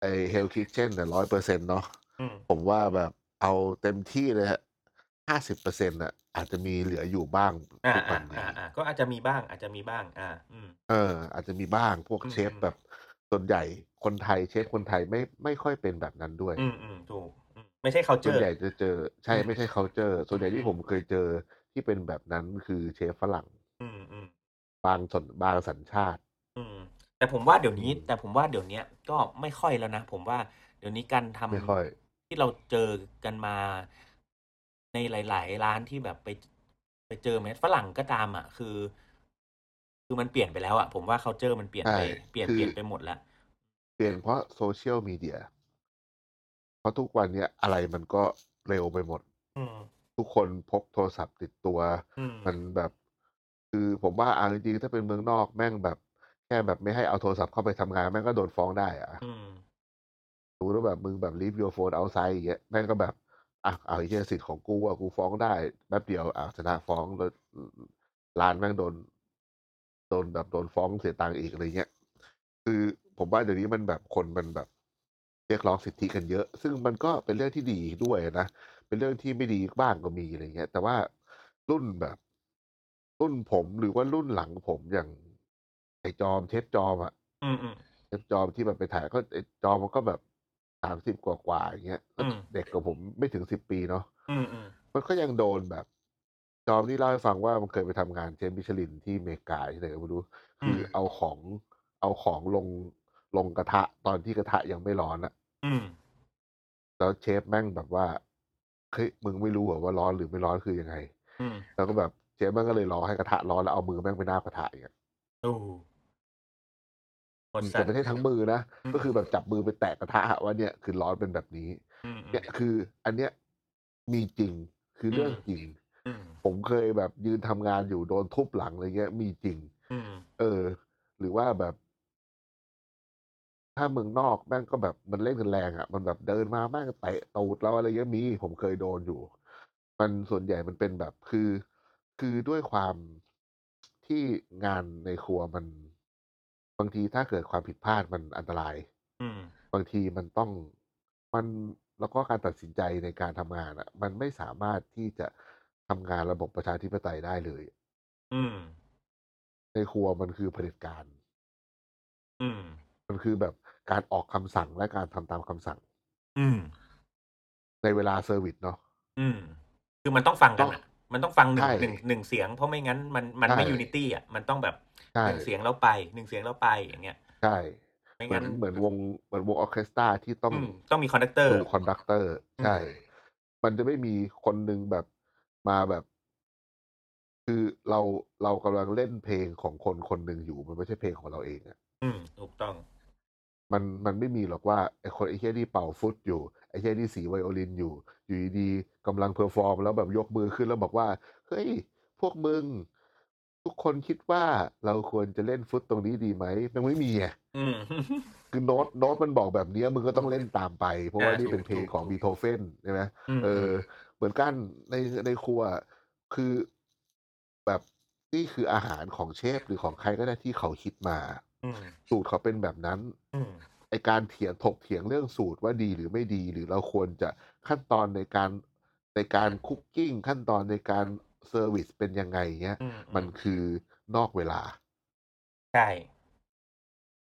[SPEAKER 4] ไอเฮลคิเช่นเนี่ยร้อยเปอร์เซ็นเนาะ
[SPEAKER 3] อืม
[SPEAKER 4] ผมว่าแบบเอาเต็มที่เลยห้าสิบเปอร์เซ็นต์่ะ อาจจะมีเหลืออยู่บ้าง
[SPEAKER 3] อ่า
[SPEAKER 4] ทุก
[SPEAKER 3] อ่า
[SPEAKER 4] วันนี้
[SPEAKER 3] อ่าอ่าก็อาจจะมีบ้างอาจจะมีบ้าง อ่า อืม
[SPEAKER 4] เออ อาจจะมีบ้างพวก
[SPEAKER 3] อืม
[SPEAKER 4] เชฟ
[SPEAKER 3] อืม
[SPEAKER 4] แบบ ส่วนใหญ่คนไทยเชฟคนไทยไม่ไม่ค่อยเป็นแบบนั้นด้วย
[SPEAKER 3] อืมอืมถูกอืมไม่ใช่เขาเจ
[SPEAKER 4] ส่วน
[SPEAKER 3] อ
[SPEAKER 4] ใหญ่จะเจอใช่
[SPEAKER 3] อืม
[SPEAKER 4] ไม่ใช่ culture ส่วนใหญ่
[SPEAKER 3] อื
[SPEAKER 4] ที่
[SPEAKER 3] ม
[SPEAKER 4] ผมเคยเจอที่เป็นแบบนั้นคือเชฟฝรั่ง
[SPEAKER 3] อืมอืม
[SPEAKER 4] บางสนบางสัญชาติ
[SPEAKER 3] อืมแต่ผมว่าเดี๋ยวนี้
[SPEAKER 4] อืม
[SPEAKER 3] แต่ผมว่าเดี๋ยวเนี้ยก็ไม่ค่อยแล้วนะผมว่าเดี๋ยวนี้การทำ
[SPEAKER 4] ไม่ค่อย
[SPEAKER 3] ที่เราเจอกันมาในหลาย ๆ ร้านที่แบบไป ไปเจอแม้ฝรั่งก็ตามอ่ะคือ คือมันเปลี่ยนไปแล้วอ่ะผมว่า culture มันเปลี่ยนไป
[SPEAKER 4] ใช่
[SPEAKER 3] เปลี่ยน
[SPEAKER 4] คือ
[SPEAKER 3] เปลี่ยนไปหมดละ
[SPEAKER 4] เปลี่ยนเพราะโซเชียลมีเดียเพราะทุกวันเนี้ยอะไรมันก็เร็วไปหมด
[SPEAKER 3] อืม
[SPEAKER 4] ทุกคนพกโทรศัพท์ติดตัว
[SPEAKER 3] อืม
[SPEAKER 4] มันแบบ คือผมว่าเอาจริงๆถ้าเป็นเมืองนอกแม่งแบบ แค่แบบไม่ให้เอาโทรศัพท์เข้าไปทำงาน แม่งก็โดนฟ้องได้อะ
[SPEAKER 3] อืม
[SPEAKER 4] รู้แล้วแบบมึงแบบ leave your phone outside อย่างเงี้ยแม่งก็แบบอ่ะเอาไอ้เหี้ยสิทธิ์ของกูอ่ะกูฟ้องได้แป๊บเดียวอ่ะชนะฟ้องแล้วร้านแม่งโดน โดนแบบโดนฟ้องเสียตังค์อีกอะไรเงี้ยคือผมว่าเดี๋ยวนี้มันแบบคนมันแบบ เรียกร้องสิทธิกันเยอะ ซึ่งมันก็เป็นเรื่องที่ดีด้วยนะ เป็นเรื่องที่ไม่ดีบ้างก็มีอะไรเงี้ย แต่ว่ารุ่นแบบ รุ่นผมหรือว่ารุ่นหลังผมอย่างไอจอมเทปจอมอะ
[SPEAKER 3] อืมอืม
[SPEAKER 4] เทปจอมที่แบบไปถ่ายก็ไอจอมมันก็แบบสามสิบกว่ากว่าๆอย่างเงี้ยแล้ว
[SPEAKER 3] อืม
[SPEAKER 4] เด็กกว่าผมไม่ถึงสิบปีเนาะ
[SPEAKER 3] อืมอืม
[SPEAKER 4] มันก็ยังโดนแบบ จอมนี่เล่าให้ฟังว่ามันเคยไปทำงานเชฟมิชลินที่อเมริกาที่ไหนก็ไม่รู้คืออเอาของ เอาของลงลงกระทะตอนที่กระทะยังไม่ร้อนอะ
[SPEAKER 3] อืม
[SPEAKER 4] แล้วเชฟแม่งแบบว่าเฮ้ยมึงไม่รู้เหรอว่าร้อนหรือไม่ร้อนคือยังไง
[SPEAKER 3] อืม
[SPEAKER 4] แล้วก็แบบเชฟแม่งก็เลยรอให้กระทะร้อนแล้วเอามือแม่งไปหน้าบกระทะอย่างเงี้ย
[SPEAKER 3] โอ้หมดสั
[SPEAKER 4] แต่
[SPEAKER 3] ตว์
[SPEAKER 4] ไม่ใช่ทั้งมือนะ
[SPEAKER 3] อืม
[SPEAKER 4] ก็คือแบบจับมือไปแตะกระทะว่าเนี่ยคือร้อนเป็นแบบนี้
[SPEAKER 3] อืมอื
[SPEAKER 4] เนี่ย
[SPEAKER 3] ม
[SPEAKER 4] คือ อันเนี้ยมีจริงคือเรื่อง
[SPEAKER 3] อืม
[SPEAKER 4] จริง
[SPEAKER 3] อืม
[SPEAKER 4] ผมเคยแบบยืนทำงานอยู่โดนทุบหลังอะไรเงี้ย มีจริง
[SPEAKER 3] อืม
[SPEAKER 4] เออ หรือว่าแบบ ถ้าเมืองนอกแม่งก็แบบมันเล่นกันแรงอ่ะ มันแบบเดินมาแม่งเตะตูดเราอะไรเงี้ยมีผมเคยโดนอยู่ มันส่วนใหญ่มันเป็นแบบคือ คือด้วยความที่งานในครัวมัน บางทีถ้าเกิดความผิดพลาดมันอันตราย
[SPEAKER 3] อืม
[SPEAKER 4] บางทีมันต้องมันแล้วก็การตัดสินใจในการทำงานอ่ะ มันไม่สามารถที่จะทำงานระบบประชาธิปไตยได้เลย
[SPEAKER 3] อืม
[SPEAKER 4] ในครัวมันคือเผด็จการ
[SPEAKER 3] อืม
[SPEAKER 4] มันคือแบบการออกคำสั่งและการทำตามคำสั่ง
[SPEAKER 3] อืม
[SPEAKER 4] ในเวลาเซอร์วิสเนาะ
[SPEAKER 3] อืม คือมันต้องฟังกันอะมันต้องฟังหนึ่
[SPEAKER 4] ใช่
[SPEAKER 3] งหนึ่งหนึ่งเสียง เพราะไม่งั้นมันมันไม่
[SPEAKER 4] ใช่
[SPEAKER 3] ยูนิตี้อ่ะ มันต้องแบบ
[SPEAKER 4] ใช่
[SPEAKER 3] หนึ่งเสียงแล้วไปหนึ่งเสียงแล้วไปอย่างเงี้ย
[SPEAKER 4] ใช่
[SPEAKER 3] ไม่
[SPEAKER 4] เหมือ
[SPEAKER 3] งั้
[SPEAKER 4] น
[SPEAKER 3] น
[SPEAKER 4] เหมือนวงเหมือนวงออร์เคสตราที่ต้อง
[SPEAKER 3] อืมต้องมีคอนดักเตอร์
[SPEAKER 4] ดูคอนดักเตอร์ใช่ มันจะไม่มีคนหนึ่งแบบมาแบบ คือเราเรากำลังเล่นเพลงของคนคนหนึ่งอยู่ มันไม่ใช่เพลงของเราเองอะ
[SPEAKER 3] อืมถูกต้อง
[SPEAKER 4] มันมันไม่มีหรอกว่าไอคนไอเฮียที่เป่าฟุตอยู่ไอเฮียที่สีไวโอลินอยู่ อยู่ดีๆกำลังเพอร์ฟอร์มแล้วแบบยกมือขึ้นแล้วบอกว่า เฮ้ย พวกมึง ทุกคนคิดว่าเราควรจะเล่นฟุตตรงนี้ดีไหมมันไม่มีอ่ะ
[SPEAKER 3] อืม
[SPEAKER 4] คือโน้ตโน้ตมันบอกแบบเนี้ยมึงก็ต้องเล่นตามไป เพราะว่า
[SPEAKER 3] อ่า
[SPEAKER 4] นี่เป็นเพลงของบีโธเฟนใช่ไหม
[SPEAKER 3] ม
[SPEAKER 4] เออ เหมือนกันในในครัวคือแบบนี่คืออาหารของเชฟหรือของใครก็ได้ที่เขาคิดมา
[SPEAKER 3] อืม
[SPEAKER 4] สูตรเขาเป็นแบบนั้น
[SPEAKER 3] อืม
[SPEAKER 4] ไอการเถียงถกเถียงเรื่องสูตรว่าดีหรือไม่ดี หรือเราควรจะขั้นตอนในการในการคุกกิ้งขั้นตอนในการเซอร์วิสเป็นยังไงเงี้ย
[SPEAKER 3] อื
[SPEAKER 4] มันคือนอกเวลา
[SPEAKER 3] ใช่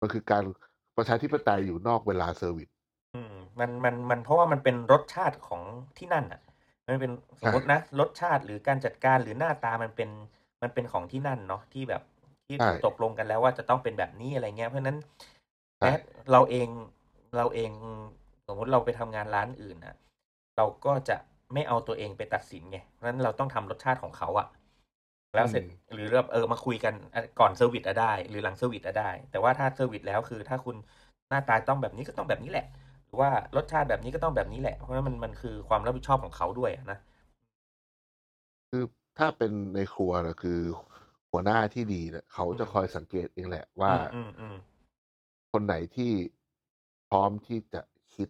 [SPEAKER 4] มันคือการประชาธิปไตยอยู่นอกเวลาเซอร์วิส
[SPEAKER 3] อืมมันมันมันเพราะว่ามันเป็นรสชาติของที่นั่นอ่ะ มันเป็นสมมตินะรสชาติหรือการจัดการหรือหน้าตามันเป็นมันเป็นของที่นั่นเนาะที่แบบที่
[SPEAKER 4] ใช่
[SPEAKER 3] ตกลงกันแล้วว่าจะต้องเป็นแบบนี้อะไรเงี้ยเพราะฉะนั้น
[SPEAKER 4] ใช่
[SPEAKER 3] แม้เราเองเราเองสมมติเราไปทำงานร้านอื่นนะเราก็จะไม่เอาตัวเองไปตัดสินไงเพราะฉะนั้นเราต้องทำรสชาติของเขาอะแล้วเสร็จ
[SPEAKER 4] อืม
[SPEAKER 3] หรือแบบเออมาคุยกันอ่ะก่อนเซอร์วิสอะได้ หรือหลังเซอร์วิสอะได้ แต่ว่าถ้าเซอร์วิสแล้วคือ ถ้าคุณหน้าตาต้องแบบนี้ก็ต้องแบบนี้แหละ หรือว่ารสชาติแบบนี้ก็ต้องแบบนี้แหละ เพราะว่ามันมันคือความรับผิดชอบของเขาด้วยอะนะ
[SPEAKER 4] คือถ้าเป็นในครัวนะคือ หัวหน้าที่ดีเนะเขาจะคอยสังเกตเองแหละว่า
[SPEAKER 3] อืมอืม
[SPEAKER 4] คนไหนที่พร้อมที่จะคิด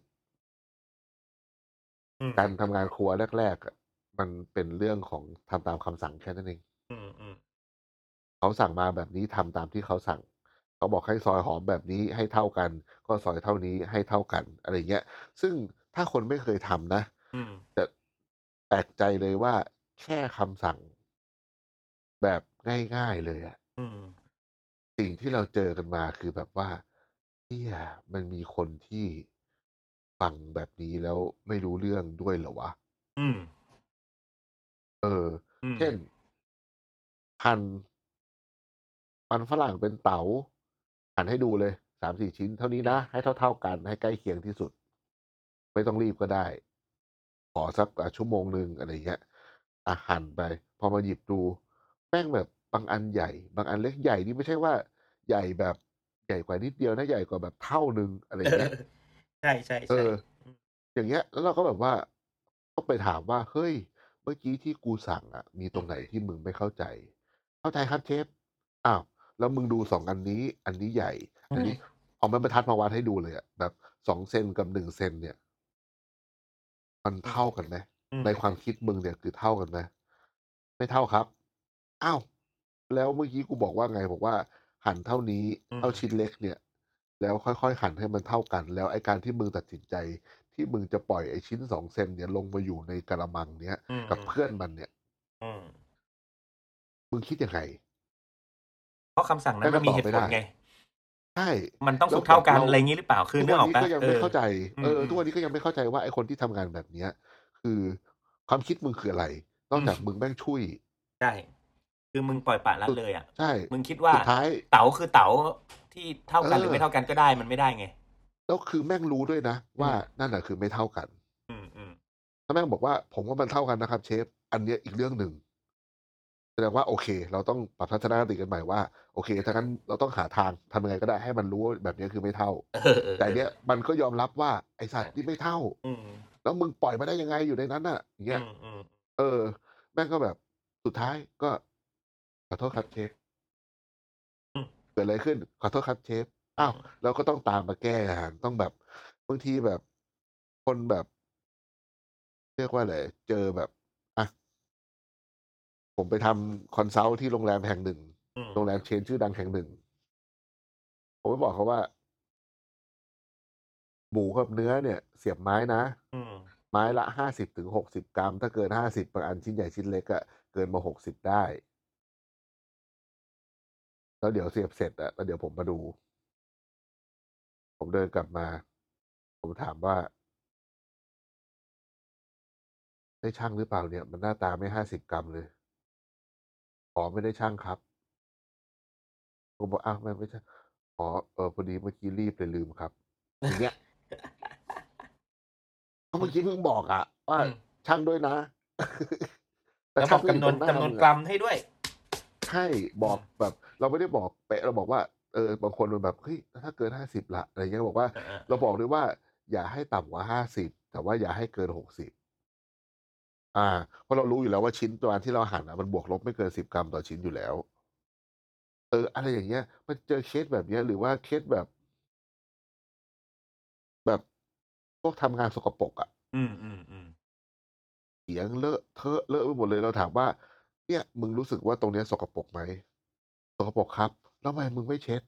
[SPEAKER 3] อืม
[SPEAKER 4] การทำงานครัวแรกๆอะมันเป็นเรื่องของทำตามคำสั่งแค่นั้นเอง
[SPEAKER 3] อืมอืม
[SPEAKER 4] เขาสั่งมาแบบนี้ทำตามที่เขาสั่ง เขาบอกให้ซอยหอมแบบนี้ให้เท่ากัน ก็ซอยเท่านี้ให้เท่ากันอะไรเงี้ย ซึ่งถ้าคนไม่เคยทำนะ
[SPEAKER 3] อืม
[SPEAKER 4] จะแปลกใจเลยว่าแค่คำสั่งแบบง่ายๆเลยอะ
[SPEAKER 3] อืม
[SPEAKER 4] สิ่งที่เราเจอกันมาคือแบบว่าเนี่ยมันมีคนที่ฟังแบบนี้แล้วไม่รู้เรื่องด้วยเหรอวะ
[SPEAKER 3] อืม
[SPEAKER 4] เออ
[SPEAKER 3] อืม
[SPEAKER 4] เช่นหั่นมันฝรั่งเป็นเตา๋าหั่นให้ดูเลยสามสี่ชิ้น เท่านี้นะ ให้เท่า ๆกัน ให้ใกล้เคียงที่สุด ไม่ต้องรีบก็ได้ ขอสักอ่ะชั่วโมงหนึ่งอะไรเงี้ยอ่ะหั่นไป พอมาหยิบดูแป้งแบบบางอันใหญ่ บางอันเล็กใหญ่นี่ไม่ใช่ว่า ใหญ่แบบใหญ่กว่านิดเดียวนะใหญ่กว่าแบบเท่านึงอะไร
[SPEAKER 3] เออ
[SPEAKER 4] เงี้ย
[SPEAKER 3] ใช่ใช่
[SPEAKER 4] เอ
[SPEAKER 3] ใช่
[SPEAKER 4] อ อย่างเงี้ย แล้วเราก็แบบว่าก็ไปถามว่า เฮ้ย เมื่อกี้ที่กูสั่งอ่ะ มีตรงไหนที่มึงไม่เข้าใจ เข้าใจครับเชฟ อ้าว แล้วมึงดูสองอันนี้ อันนี้ใหญ่ อันนี้ เอาไม้บรรทัดมาวัดให้ดูเลยอ่ะ แบบสองเซนกับหนึ่งเซนเนี่ย มันเท่ากันไหม
[SPEAKER 3] อืม
[SPEAKER 4] ในความคิดมึงเนี่ยคือเท่ากันไหมไม่เท่าครับ อ้าว แล้วเมื่อกี้กูบอกว่าไง บอกว่า หั่นเท่านี้เท่าชิ้นเล็กเนี่ย แล้วค่อยๆหั่นให้มันเท่ากัน แล้วไอ้การที่มึงตัดสินใจ ที่มึงจะปล่อยไอ้ชิ้นสองเซนเนี่ยลงมาอยู่ในกระมังเนี้ย
[SPEAKER 3] อืม
[SPEAKER 4] กับเพื่อนมันเนี่ย
[SPEAKER 3] อืม
[SPEAKER 4] มึงคิดยังไง
[SPEAKER 3] เพราะคำสั่งนั้นมันมีเหตุผลไง
[SPEAKER 4] ใช่
[SPEAKER 3] มันต้องสุกเท่ากัน
[SPEAKER 4] แล้วแบบเรา
[SPEAKER 3] อะไรอย่างนี้หรือเปล่าคือ
[SPEAKER 4] ทุก
[SPEAKER 3] นึก
[SPEAKER 4] วั
[SPEAKER 3] ออ
[SPEAKER 4] น
[SPEAKER 3] ก
[SPEAKER 4] นี้
[SPEAKER 3] ปะ
[SPEAKER 4] ก็ยัง
[SPEAKER 3] เอ
[SPEAKER 4] ไม่
[SPEAKER 3] อ
[SPEAKER 4] เข้าใจ เออ
[SPEAKER 3] ม
[SPEAKER 4] ทุกวันนี้ก็ยังไม่เข้าใจว่าไอ้คนที่ทำงานแบบเนี้ย คือความคิดมึงคืออะไร นอกจาก
[SPEAKER 3] อืม
[SPEAKER 4] มึงแม่งช่วย
[SPEAKER 3] ใช่คือมึงปล่อยปละละเลยอ่ะ
[SPEAKER 4] ใช่
[SPEAKER 3] มึงคิดว่า
[SPEAKER 4] สุดท้าย
[SPEAKER 3] เต๋าคือเต๋าที่เท่ากัน
[SPEAKER 4] เออ
[SPEAKER 3] หรือไม่เท่ากันก็ได้มันไม่ได้ไง
[SPEAKER 4] แล้วคือแม่งรู้ด้วยนะ ว่านั่นแหะคือไม่เท่ากัน
[SPEAKER 3] อืมอืม
[SPEAKER 4] ถ้าแม่งบอกว่าผมว่ามันเท่ากันนะครับ เชฟ อันเนี้ยอีกเรื่องหนึ่งแสดงว่าโอเค เราต้องปรับทัศนคติกันใหม่ว่าโอเคถ้างั้นเราต้องหาทางทำยังไงก็ได้ให้มันรู้ว่าแบบเนี้ยคือไม่เท่า
[SPEAKER 3] เออออ
[SPEAKER 4] แต่เนี้ยมันก็ยอมรับว่าไอสัตว์นี่ไม่เท่า
[SPEAKER 3] อืม
[SPEAKER 4] แล้วมึงปล่อยมาได้ยังไงอยู่ในนั้นน่ะอย่างเงี้ย
[SPEAKER 3] อืมอืม
[SPEAKER 4] เออ แม่งก็แบบสุดท้ายก็ขอโทษครับเชฟเกิดอะไรขึ้น ขอโทษครับเชฟอ้าวเราก็ต้องตามมาแก้งานต้องแบบบางทีแบบคนแบบ เรียกว่าอะไรเจอแบบอ่ะผมไปทำคอนซัลท์ที่โรงแรมแห่งหนึ่ง
[SPEAKER 3] อืม
[SPEAKER 4] โรงแรมเชนชื่อดังแห่งหนึ่ง ผมไปบอกเขาว่า หมูกับเนื้อเนี่ย เสียบไม้นะ
[SPEAKER 3] อืม
[SPEAKER 4] ไม้ละห้าสิบถึงหกสิบกรัม ถ้าเกินห้าสิบบางอันชิ้นใหญ่ชิ้นเล็กอะเกินมาหกสิบได้ แล้วเดี๋ยวเสียบเสร็จอะแล้วเดี๋ยวผมมาดู ผมเดินกลับมา ผมถามว่า ได้ช่างหรือเปล่าเนี่ย มันหน้าตาไม่ห้าสิบกรัมเลยอ๋อไม่ได้ช่างครับ ผมบอกอ้าวไม่ไม่ใช่อ๋อเออพอดีเมื่อกี้รีบเลยลืมครับอย่างเงี้ยเขาะเมื่อกี้เพิ่งบอกอะว่า
[SPEAKER 3] อืม
[SPEAKER 4] ช่างด้วยนะ <laughs>
[SPEAKER 3] แล้วบอกจำนวน
[SPEAKER 4] ช่างก็
[SPEAKER 3] จำน
[SPEAKER 4] อน ยู่ต
[SPEAKER 3] ว
[SPEAKER 4] รงห
[SPEAKER 3] กรัมให้ด้วย
[SPEAKER 4] ใช่บอกแบบ เราไม่ได้บอกเป๊ะเราบอกว่าเออบางคนมันแบบเฮ้ยถ้าเกินห้าสิบละอะไรเงี้ยบอกว่า
[SPEAKER 3] เออเออ
[SPEAKER 4] เราบอกด้วยว่า อย่าให้ต่ำกว่าห้าสิบแต่ว่าอย่าให้เกินหกสิบอ่า เพราะเรารู้อยู่แล้วว่าชิ้นตัวที่เราหั่นอะมันบวกลบไม่เกินสิบกรัมต่อชิ้นอยู่แล้ว เออ อะไรอย่างเงี้ย มันเจอเคสแบบเนี้ย หรือว่าเคสแบบ แบบพวกทำงานสกปรกอะ
[SPEAKER 3] อืมอืมอืม
[SPEAKER 4] เสียงเลอะเทอะเลอะไปหมดเลยเราถามว่า เนี่ยมึงรู้สึกว่าตรงเนี้ยสกปรกไหมสกปรกครับ แล้วทำไมมึงไม่เช็ด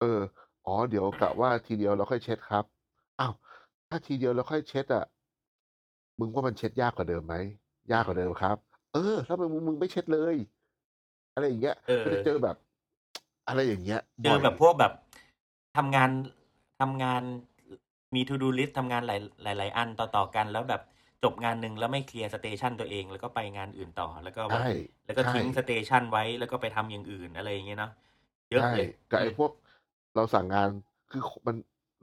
[SPEAKER 4] เอออ๋อเดี๋ยวกะว่าทีเดียวแล้วค่อยเช็ดครับอ้าวถ้าทีเดียวแล้วค่อยเช็ดอ่ะมึงว่ามันเช็ดยากกว่าเดิมไหมยากกว่าเดิมครับ เออแล้วทำไมมึงมึงไม่เช็ดเลย อะไรอย่างเงี้ย
[SPEAKER 3] เออ
[SPEAKER 4] ก็จะเจอแบบ อะไรอย่างเงี้ย
[SPEAKER 3] เจอแบบพ
[SPEAKER 4] บ่ยว
[SPEAKER 3] กแบบทำงานทำงานมี to do list ทำงานหลายหลายหลายอันต่อต่อๆกัน แล้วแบบจบงานหนึ่งแล้วไม่เคลียร์สเตชันตัวเอง แล้วก็ไปงานอื่นต่อแล้วก็
[SPEAKER 4] ย
[SPEAKER 3] แบบ
[SPEAKER 4] ใช่
[SPEAKER 3] แล้วก็
[SPEAKER 4] ใช่
[SPEAKER 3] ทิ้งสเตชันไว้แล้วก็ไปทำอย่างอื่นอะไรอย่างเงี้ยเนาะเยอะ
[SPEAKER 4] ใช่
[SPEAKER 3] เลย
[SPEAKER 4] กับไอ้พวกเราสั่งงานคือมัน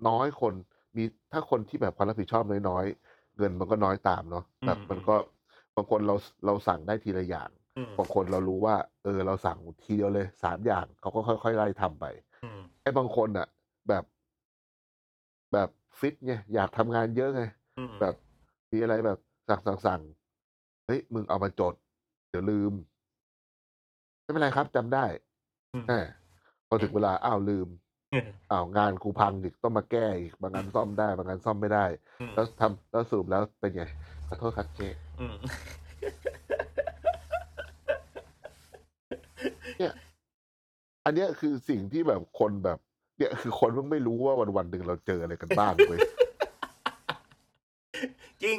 [SPEAKER 4] น้อยคน มีถ้าคนที่แบบความรับผิดชอบน้อยๆเงินมันก็น้อยตามเนาะแบบมันก็บางคนเราเราสั่งได้ทีละอย่าง
[SPEAKER 3] อืม
[SPEAKER 4] บางคนเรารู้ว่า เออ เราสั่งทีเดียวเลยสามอย่างเขาก็ค่อยๆไล่ทำไป
[SPEAKER 3] อืม
[SPEAKER 4] ไอ้บางคนอะแบบ แบบฟิตไงอยากทำงานเยอะไง
[SPEAKER 3] อืม
[SPEAKER 4] แบบมีอะไรแบบสั่งสั่งสั่งเฮ้ยมึงเอามาจด เดี๋ยวลืม ไม่เป็นไรครับจำได้แหมพอถึงเวลาอ้าวลืม
[SPEAKER 3] เออ
[SPEAKER 4] อ้าวงานกูพังอีกต้องมาแก้อีกบางงานซ่อมได้ บางงานซ่อมไม่ได้
[SPEAKER 3] อืม
[SPEAKER 4] แล้วทำแล้วสรุปแล้วเป็นไงขอโทษครับเจ๊
[SPEAKER 3] อืม
[SPEAKER 4] เนี่ยอันเนี้ยคือสิ่งที่แบบคนแบบ เนี่ยคือคนเพิ่งไม่รู้ว่าวันวันๆหนึ่งเราเจออะไรกันบ้างเว้ย <laughs>
[SPEAKER 3] จริง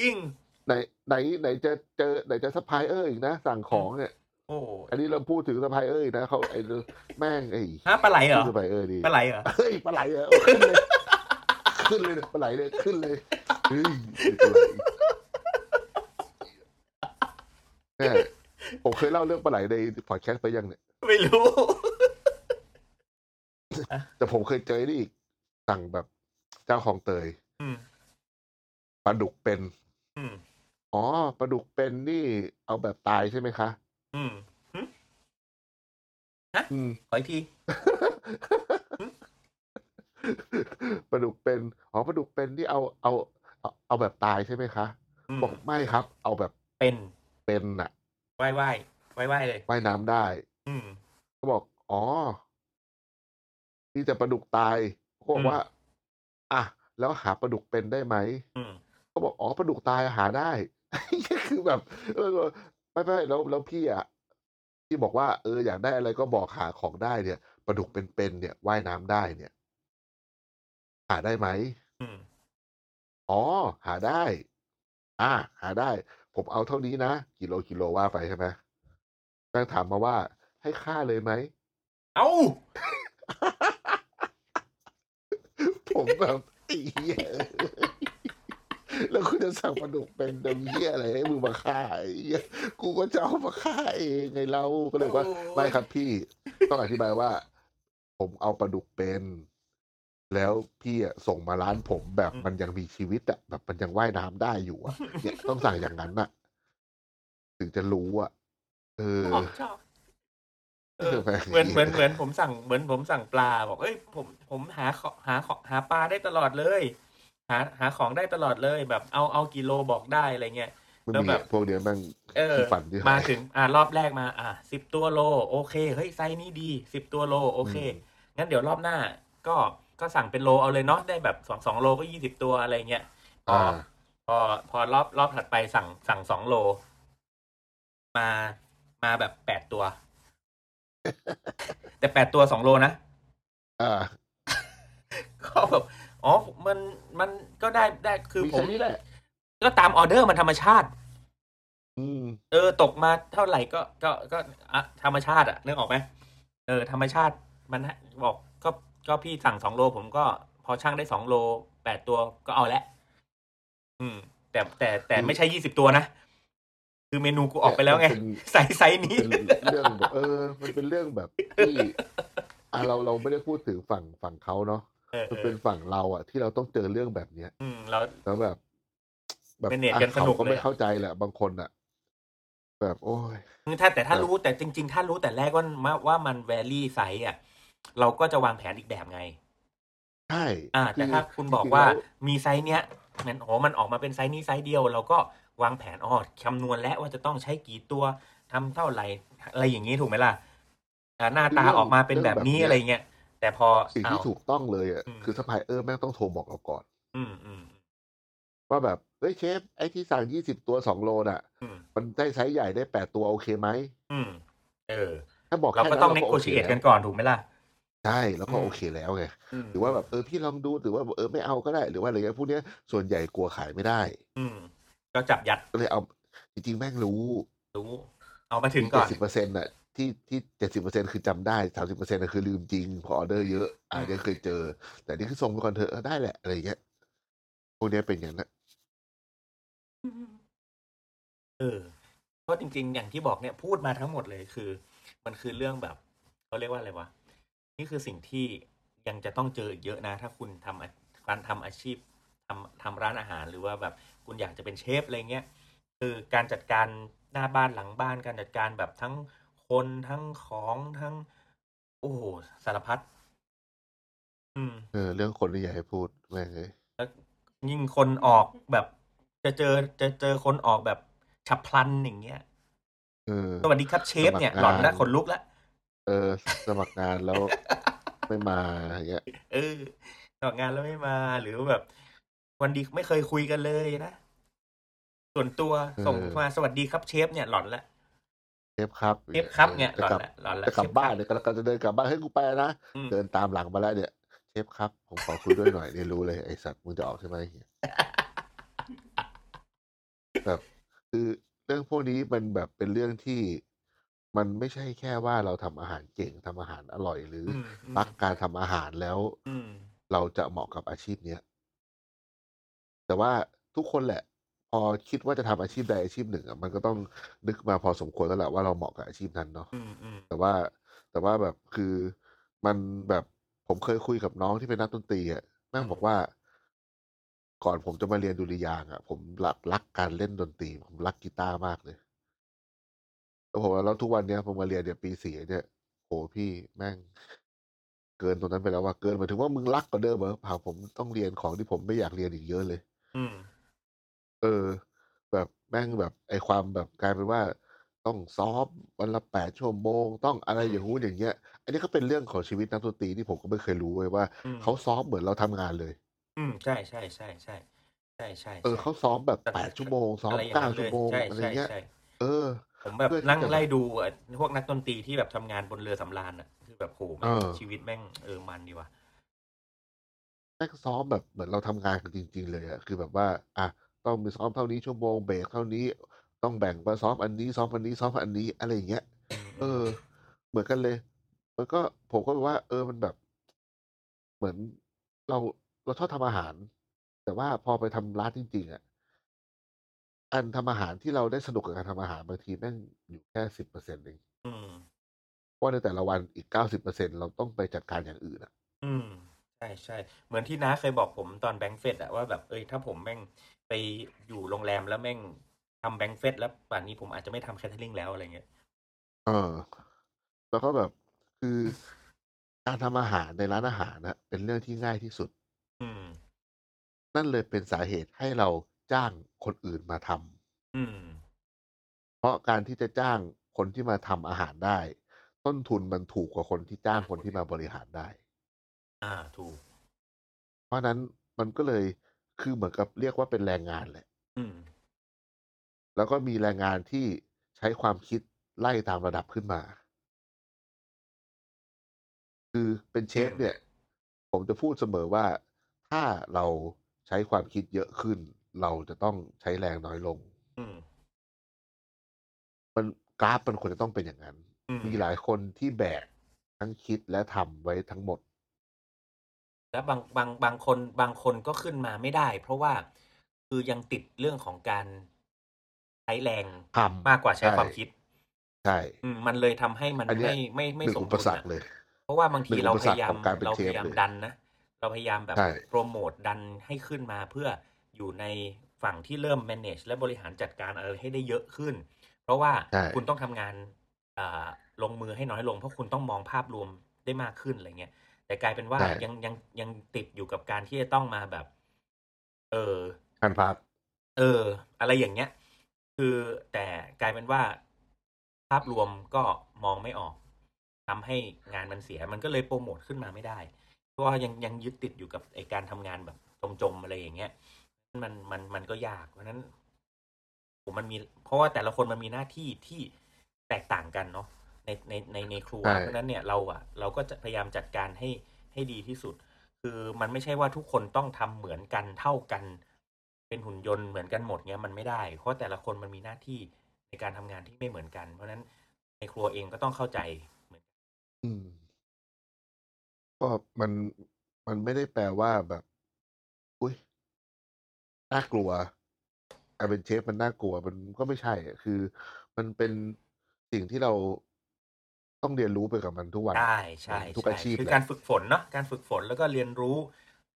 [SPEAKER 3] จริง
[SPEAKER 4] ไหนไหนไหนจะเจอไหนจะซัพพลายเออร์อีกนะ สั่งของเนี่ย
[SPEAKER 3] โอ้โห
[SPEAKER 4] อันนี้เราพูดถึงซัพพลายเออร์อีกนะเขาไอ้แม่งไอ้
[SPEAKER 3] ฮะปลาไหลเหรอ
[SPEAKER 4] ซัพพลายเออร์ดี
[SPEAKER 3] ปลาไหล
[SPEAKER 4] <laughs>
[SPEAKER 3] เหรอ
[SPEAKER 4] เฮ้ยปลาไหลเหรอเอาขึ้น <laughs> เลยขึ้นเลยนะปลาไหลเลยขึ้นเลยเฮ้ยปลาไหลเนี่ยผมเคยเล่าเรื่องปลาไหลในพอดแคสต์ไปยังเนี่ย
[SPEAKER 3] ไม่รู้
[SPEAKER 4] แต่ผมเคยเจอนี่อีกสั่งแบบเจ้าของเตย
[SPEAKER 3] อืม
[SPEAKER 4] ปลาดุกเป็น
[SPEAKER 3] อืม
[SPEAKER 4] อ๋อปลาดุกเป็นนี่เอาแบบตายใช่ไหมคะ
[SPEAKER 3] อืม
[SPEAKER 4] อืม
[SPEAKER 3] ขออีกที
[SPEAKER 4] ปลาดุกเป็นอ๋อปลาดุกเป็นที่เอาเอาเอาเอาแบบตายใช่ไหมคะ
[SPEAKER 3] อืม
[SPEAKER 4] บอกไม่ครับ เอาแบบ
[SPEAKER 3] เป็น
[SPEAKER 4] เป็นอะ
[SPEAKER 3] ไหว้ไหว้ไหว้ไหว้เลย
[SPEAKER 4] ว่ายน้ำได้
[SPEAKER 3] อืม
[SPEAKER 4] ก็บอก อ๋อนี่จะปลาดุกตายก็บอ
[SPEAKER 3] อื
[SPEAKER 4] ก
[SPEAKER 3] ม
[SPEAKER 4] ว่า อ่ะแล้วหาปลาดุกเป็นได้ไหม
[SPEAKER 3] อืม
[SPEAKER 4] ก็บอกอ๋อปลาดุกตายหาได้ <laughs> คือแบบเออไม่ไม่แล้วแล้วพี่อะที่บอกว่าเอออยากได้อะไรก็บอกหาของได้เนี่ยปลาดุกเป็นๆเนี่ยว่ายน้ำได้เนี่ย หาได้ไหม
[SPEAKER 3] อืม
[SPEAKER 4] อ๋อ หาได้ อ่า หาได้ ผมเอาเท่านี้นะ กิโลกิโลว่าไปใช่ไหมนางถามมาว่า ให้ค่าเลยไหม
[SPEAKER 3] เอ้า
[SPEAKER 4] ผมแบบไอ้เหี้ยแล้วคุณจะสั่งปลาดุกเป็นดำเหี้ยอะไรให้มึงมาฆ่าไอ้เหี้ยกูก็จะเอามาฆ่าเองไงเราก็เลยว่าไม่ครับพี่ ต้องอธิบายว่า ผมเอาปลาดุกเป็น แล้วพี่อะส่งมาร้านผมแบบมันยังมีชีวิตอะแบบมันยังว่ายน้ำได้อยู่อะเนี่ยต้องสั่งอย่างนั้นอะถึงจะรู้อะเออ
[SPEAKER 3] ชอบชอบเอ
[SPEAKER 4] <laughs>
[SPEAKER 3] อเหมือนเหมือนเหมือนผมสั่งเหมือนผมสั่งปลาบอก เอ้ยผมผมหาขอหาขอหาปลาได้ตลอดเลย หาหาของได้ตลอดเลย แบบเอาเอากิโลบอกได้อะไรเงี้ย
[SPEAKER 4] ไม่
[SPEAKER 3] แล้ว
[SPEAKER 4] มี
[SPEAKER 3] แบ
[SPEAKER 4] อะ
[SPEAKER 3] บ
[SPEAKER 4] พวกเนี้ยแม่ง
[SPEAKER 3] เออ
[SPEAKER 4] ที่ฝันที่
[SPEAKER 3] มา
[SPEAKER 4] หาย
[SPEAKER 3] ถึงอ่ารอบแรกมาอ่ะสิบตัวโล โอเคเฮ้ยไซส์นี้ดีสิบตัวโลโอเค
[SPEAKER 4] อืม
[SPEAKER 3] งั้นเดี๋ยวรอบหน้า ก็ก็สั่งเป็นโลเอาเลยเนาะได้แบบสองสองโลก็ยี่สิบตัวอะไรเงี้ยพอ
[SPEAKER 4] อ่า
[SPEAKER 3] พอพอรอบรอบถัดไปสั่งสั่งสองโล มามาแบบแปด <laughs> ตัว แต่แปดตัวสองโลนะ
[SPEAKER 4] อ่า
[SPEAKER 3] ก็แบบอ๋อมันมันก็ได้ได้คือ
[SPEAKER 4] มี
[SPEAKER 3] ผ
[SPEAKER 4] แค่
[SPEAKER 3] ม
[SPEAKER 4] นี้แหละ
[SPEAKER 3] ก็ตามออเดอร์มันธรรมชาติ
[SPEAKER 4] อืม
[SPEAKER 3] เออตกมาเท่าไหร่ก็ก็ก็อ่ะธรรมชาติอะนึกออกไหมเออ ธรรมชาติมันให้บอกก็ก็พี่สั่งสองโล ผมก็พอช่างได้สองโลแปดตัวก็เอาละอืม แต่แต่แต่ไม่ใช่ยี่สิบตัวนะ คือเมนูกูออกไปแล้วไง
[SPEAKER 4] เป็น
[SPEAKER 3] <laughs> ไซส์ไซส์นี้
[SPEAKER 4] เป็นเรื่องแบบเออ มันเป็นเรื่องแบบที่อ่ะเราเราไม่ได้พูดถึงฝั่งฝั่งเขาเนาะ
[SPEAKER 3] เออ
[SPEAKER 4] มันเป็นฝั่งเราอะที่เราต้องเจอเรื่องแบบเนี้ย
[SPEAKER 3] อืมแล้ว
[SPEAKER 4] แล้วแบบ แบบ
[SPEAKER 3] manage
[SPEAKER 4] อ่ะ
[SPEAKER 3] กันสนุก
[SPEAKER 4] เขาก็
[SPEAKER 3] เลย
[SPEAKER 4] ไม่
[SPEAKER 3] อะ
[SPEAKER 4] เข้าใจแหละ บางคนอะแบบโอ้ย
[SPEAKER 3] ถ้าแต่ถ้า
[SPEAKER 4] ครับ
[SPEAKER 3] รู้แต่จริง ๆ ถ้ารู้แต่แรกว่าว่าว่ามันแวลี่ไซส์อ่ะ เราก็จะวางแผนอีกแบบไง
[SPEAKER 4] ใช่
[SPEAKER 3] อ่า
[SPEAKER 4] คื
[SPEAKER 3] แต่ถ้าคุณบอก
[SPEAKER 4] จริงๆ
[SPEAKER 3] ว่า
[SPEAKER 4] แล้ว
[SPEAKER 3] มีไซส์เนี้ยนั้นโอ้มันออกมาเป็นไซส์นี้ไซส์เดียว เราก็วางแผนอ๋อคำนวณแล้วว่าจะต้องใช้กี่ตัวทำเท่าไหร่อะไรอย่างนี้ถูกไหมล่ะอ่าหน้าตาออกมาเป็นแบบนี้อะไรเงี้ยแต่พอ
[SPEAKER 4] สิ่ง
[SPEAKER 3] อ้า
[SPEAKER 4] ที่
[SPEAKER 3] ว
[SPEAKER 4] ถูกต้องเลยอะ
[SPEAKER 3] อืม
[SPEAKER 4] คือซัพพลายเออร์แม่งต้องโทรบอกเราก่อน
[SPEAKER 3] อืมอืม
[SPEAKER 4] ว่าแบบเฮ้ยเชฟไอ้ที่สั่งยี่สิบตัวสองโลน่ะ
[SPEAKER 3] อืม
[SPEAKER 4] มันได้ไซส์ใหญ่ได้แปดตัวโอเคไหม
[SPEAKER 3] อืมเออ
[SPEAKER 4] ถ้าบอก
[SPEAKER 3] เรา
[SPEAKER 4] แค่
[SPEAKER 3] ก็
[SPEAKER 4] นั้น
[SPEAKER 3] ต้อง
[SPEAKER 4] เราก็โอเค
[SPEAKER 3] negotiate
[SPEAKER 4] แล้ว
[SPEAKER 3] กันก่อนถูกไหมล่ะ
[SPEAKER 4] ใช่แล้วก็
[SPEAKER 3] อืม
[SPEAKER 4] โอเคแล้วไง
[SPEAKER 3] ม
[SPEAKER 4] หรือว่าแบบเออพี่ลองดูหรือว่าเออไม่เอาก็ได้ หรือว่าอะไรเงี้ยพวกเนี้ยส่วนใหญ่กลัวขายไม่ได้
[SPEAKER 3] อืมก็จับยัด
[SPEAKER 4] ก็เลยเอาจริงๆแม่งรู้
[SPEAKER 3] รู้เอามาถึง
[SPEAKER 4] ที่
[SPEAKER 3] ก่
[SPEAKER 4] เจ็ด
[SPEAKER 3] อน
[SPEAKER 4] สิบเปอร์เซ็นต์่ะที่ที่เจ็ดสิบเปอร์เซ็นต์คือจำได้สามสิบเปอร์เซ็นต์่ะคือลืมจริงพอออเดอร์เยอะอ่า
[SPEAKER 3] อืม
[SPEAKER 4] เนี้ยเคยเจอ แต่นี่คือส่งไปก่อนเถอะเออได้แหละอะไรเงี้ยพวกเนี้ยเป็นอย่างนั้น
[SPEAKER 3] เออเพราะจริง ๆ อย่างที่บอกเนี่ยพูดมาทั้งหมดเลยคือ มันคือเรื่องแบบเขาเรียกว่าอะไรวะนี่คือสิ่งที่ยังจะต้องเจออีกเยอะนะ ถ้าคุณทำอาการทำอาชีพทำทำร้านอาหารหรือว่าแบบคุณอยากจะเป็นเชฟอะไรเงี้ยคือการจัดการหน้าบ้านหลังบ้าน การจัดการแบบทั้งคนทั้งของทั้ง โอ้โหสารพัดอืม
[SPEAKER 4] เออเรื่องคนที่อยากให้พูดแม่งเลย
[SPEAKER 3] แล้วยิ่งคนออกแบบจะเจอจะเจอคนออกแบบฉับพลันอย่างเงี้ย
[SPEAKER 4] เออ
[SPEAKER 3] สวัสดีครับเชฟเนี่ย
[SPEAKER 4] สมัครงาน
[SPEAKER 3] หล่อนละขนลุกละ
[SPEAKER 4] เออสมัครงานแล้วไม่มาอย่างเงี้ย
[SPEAKER 3] เออสมัครงานแล้วไม่มาหรือแบบ วันดีไม่เคยคุยกันเลยนะ ส่วนตัวส่งมาสวัสดีครับเชฟเนี่ยหล่อนละ
[SPEAKER 4] เชฟครับ
[SPEAKER 3] เทปครับเนี่ย
[SPEAKER 4] จะ
[SPEAKER 3] หลอ
[SPEAKER 4] กลับ
[SPEAKER 3] นละหลอนละ
[SPEAKER 4] จะกลับ
[SPEAKER 3] เทปค
[SPEAKER 4] บ้า
[SPEAKER 3] รั
[SPEAKER 4] นเนี่ยกำลังจะเดินกลับบ้านให้ยกูไปนะ
[SPEAKER 3] อืม
[SPEAKER 4] เดินตามหลังมาแล้วเนี่ย เชฟครับ ผมขอคุย <laughs> ด้วยหน่อย เรียนรู้เลยไอสัตว์มึงจะออกใช่ไหม <laughs> เหี้ยแบบคือเรื่องพวกนี้มันแบบเป็นเรื่องที่มันไม่ใช่แค่ว่าเราทำอาหารเก่งทำอาหารอร่อยหรืออ
[SPEAKER 3] อืมอืม
[SPEAKER 4] รักการทำอาหารแล้ว
[SPEAKER 3] อืม
[SPEAKER 4] เราจะเหมาะกับอาชีพเนี้ย แต่ว่าทุกคนแหละ พอคิดว่าจะทำอาชีพใดอาชีพหนึ่งอะมันก็ต้องนึกมาพอสมควรแล้วแหละว่าเราเหมาะกับอาชีพนั้นเนาะ
[SPEAKER 3] อืมอืม
[SPEAKER 4] แต่ว่าแต่ว่าแบบคือมันแบบผมเคยคุยกับน้องที่เป็นนักดนตรีอ่ะแม่งบอกว่า ก่อนผมจะมาเรียนดุริยางค์อ่ะ ผมรักรักการเล่นดนตรี ผมรักกีตาร์มากเลยแล้วผมว่าแล้วทุกวันเนี้ยผมมาเรียนเนี่ยปีสี่เนี่ยโหพี่แม่ง เกินตรงนั้นไปแล้วว่าเกินหมายถึงว่ามึงรักกว่าเดิมเหรอผ่าผมต้องเรียนของที่ผมไม่อยากเรียนอีกเยอะเลย
[SPEAKER 3] อืม
[SPEAKER 4] เออ แบบแม่งแบบไอความแบบกลายเป็นว่า ต้องซ้อมวันละแปดชั่วโมง ต้องอะไรอย่างงู้นอย่างเงี้ย อันนี้ก็เป็นเรื่องของชีวิตนักดนตรีที่ผมก็ไม่เคยรู้เลยว่า
[SPEAKER 3] อืม
[SPEAKER 4] เขาซ้อมเหมือนเราทำงานเลย
[SPEAKER 3] อืมใช่ใช่ใช่ใช่ใช่ใช่
[SPEAKER 4] เออ
[SPEAKER 3] ใช่
[SPEAKER 4] เขาซ้อมแบบแปดชั่วโมง ซ้อม
[SPEAKER 3] ะไรย่ง
[SPEAKER 4] เก้า
[SPEAKER 3] นั้นล
[SPEAKER 4] ชั่
[SPEAKER 3] ยว
[SPEAKER 4] โมง
[SPEAKER 3] ใช่
[SPEAKER 4] อะไร
[SPEAKER 3] ใช่
[SPEAKER 4] เงี้ย
[SPEAKER 3] ใช่
[SPEAKER 4] เออ
[SPEAKER 3] ผมแบบ
[SPEAKER 4] เพื่อที่
[SPEAKER 3] นั่ง
[SPEAKER 4] จะ
[SPEAKER 3] ไล่ดูอ่ะพวกนักดนตรีที่แบบทำงานบนเรือสำราญอ่ะคือแบบโหแม่ง
[SPEAKER 4] เออ
[SPEAKER 3] ชีวิตแม่งเออมันดีว่ะ
[SPEAKER 4] แม่งซ้อมแบบเหมือนเราทำงานกันจริง ๆ เลยอะคือแบบว่า อ่ะต้องมีซ้อมเท่านี้ชั่วโมงเบรกเท่านี้ ต้องแบ่งมาซ้อมอันนี้ซ้อมอันนี้ซ้อมอันนี้อะไรอย่างเงี้ย เออ เหมือนกันเลย มันก็ผมก็แบบว่า เออมันแบบ เหมือนเราเราชอบทำอาหาร แต่ว่าพอไปทำร้านจริง ๆอ่ะอันทำอาหารที่เราได้สนุกกับการทำอาหารบางทีแม่งอยู่แค่สิบเปอร์เซ็นต์เอง
[SPEAKER 3] อืม
[SPEAKER 4] เพราะในแต่ละวันอีกเก้าสิบเปอร์เซ็นเราต้องไปจัดการอย่างอื่นอ่ะ
[SPEAKER 3] อืมใช่ใช่เหมือนที่น้าเคยบอกผมตอนแบงค์เฟสอะว่าแบบเอ้ยถ้าผมแม่งไปอยู่โรงแรมแล้วแม่งทำแบงค์เฟสแล้วป่านนี้ผมอาจจะไม่ทำแคทเทอริงแล้วอะไรเงี้ย
[SPEAKER 4] เออ แล้วก็แบบคือการทำอาหารในร้านอาหารนะเป็นเรื่องที่ง่ายที่สุด
[SPEAKER 3] อืม
[SPEAKER 4] นั่นเลยเป็นสาเหตุให้เราจ้างคนอื่นมาทำ
[SPEAKER 3] อืม
[SPEAKER 4] เพราะการที่จะจ้างคนที่มาทำอาหารได้ ต้นทุนมันถูกกว่าคนที่จ้างคนที่มาบริหารได้
[SPEAKER 3] อ่าถูก
[SPEAKER 4] เพราะฉะนั้นมันก็เลยคือเหมือนกับเรียกว่าเป็นแรงงานแหละ
[SPEAKER 3] อืม
[SPEAKER 4] แล้วก็มีแรงงานที่ใช้ความคิดไล่ตามระดับขึ้นมา คือเป็นเชฟเนี่ย ผมจะพูดเสมอว่าถ้าเราใช้ความคิดเยอะขึ้น เราจะต้องใช้แรงน้อยลง
[SPEAKER 3] อืม
[SPEAKER 4] มันกราฟมันควรจะต้องเป็นอย่างนั้น
[SPEAKER 3] อืม
[SPEAKER 4] มีหลายคนที่แบกทั้งคิดและทำไว้ทั้งหมด
[SPEAKER 3] แล้วบางบางบางคนบางคนก็ขึ้นมาไม่ได้ เพราะว่าคือยังติดเรื่องของการใช้แรง
[SPEAKER 4] ทำ
[SPEAKER 3] มากกว่าใช้
[SPEAKER 4] ใช่
[SPEAKER 3] ความคิด
[SPEAKER 4] ใช่
[SPEAKER 3] อืมมันเลยทำให้มัน
[SPEAKER 4] อันเนี้ย
[SPEAKER 3] ไม่ไม่ไม่
[SPEAKER 4] หนึ่
[SPEAKER 3] ส
[SPEAKER 4] ง
[SPEAKER 3] ม
[SPEAKER 4] อุป
[SPEAKER 3] บูร
[SPEAKER 4] สรร
[SPEAKER 3] ณ์
[SPEAKER 4] คเลย
[SPEAKER 3] อะเพราะว่าบางที
[SPEAKER 4] หนึ่ง
[SPEAKER 3] เรา
[SPEAKER 4] อุป
[SPEAKER 3] พ
[SPEAKER 4] สรรค
[SPEAKER 3] ยายา
[SPEAKER 4] ข
[SPEAKER 3] ม
[SPEAKER 4] องการเป็น
[SPEAKER 3] เรา
[SPEAKER 4] เช
[SPEAKER 3] พ
[SPEAKER 4] ฟ
[SPEAKER 3] ยายาม
[SPEAKER 4] เลย
[SPEAKER 3] ดันนะเราพยายามแบบ
[SPEAKER 4] ใช่
[SPEAKER 3] โปรโมทดันให้ขึ้นมาเพื่ออยู่ในฝั่งที่เริ่ม manage และบริหารจัดการอะไรให้ได้เยอะขึ้น เพราะว่า
[SPEAKER 4] ใช่
[SPEAKER 3] คุณต้องทำงานอ่าลงมือให้น้อยลง เพราะคุณต้องมองภาพรวมได้มากขึ้นอะไรเงี้ย แต่กลายเป็นว่า
[SPEAKER 4] ใช่
[SPEAKER 3] ยังยังยังติดอยู่กับการที่จะต้องมาแบบ เออ
[SPEAKER 4] คันพัก
[SPEAKER 3] เออ อะไรอย่างเงี้ย คือแต่กลายเป็นว่าภาพรวมก็มองไม่ออกทำให้งานมันเสีย มันก็เลยโปรโมทขึ้นมาไม่ได้ เพราะว่ายังยังยึดติดอยู่กับไอการทำงานแบบจมๆอะไรอย่างเงี้ย มันมันมันก็ยากเพราะฉะนั้นผมมันมีเพราะว่าแต่ละคนมันมีหน้าที่ที่แตกต่างกันเนาะในในในในครัว
[SPEAKER 4] ใช่
[SPEAKER 3] เพราะฉะนั้นเนี่ยเราอะเราก็จะพยายามจัดการให้ให้ดีที่สุด คือมันไม่ใช่ว่าทุกคนต้องทำเหมือนกันเท่ากัน เป็นหุ่นยนต์เหมือนกันหมดเงี้ยมันไม่ได้ เพราะแต่ละคนมันมีหน้าที่ในการทำงานที่ไม่เหมือนกัน เพราะฉะนั้นในครัวเองก็ต้องเข้าใจเหมือนกัน
[SPEAKER 4] อืมก็มันมันไม่ได้แปลว่าแบบอุ้ยน่ากลัวการเป็นเชฟมันน่ากลัว มันก็ไม่ใช่อะคือ มันเป็นสิ่งที่เราต้องเรียนรู้ไปกับมันทุกวัน
[SPEAKER 3] ใช่ใช่
[SPEAKER 4] ทุก
[SPEAKER 3] ใช่
[SPEAKER 4] อาชีพ
[SPEAKER 3] คือ
[SPEAKER 4] แหละ
[SPEAKER 3] การฝึกฝนเนาะการฝึกฝนแล้วก็เรียนรู้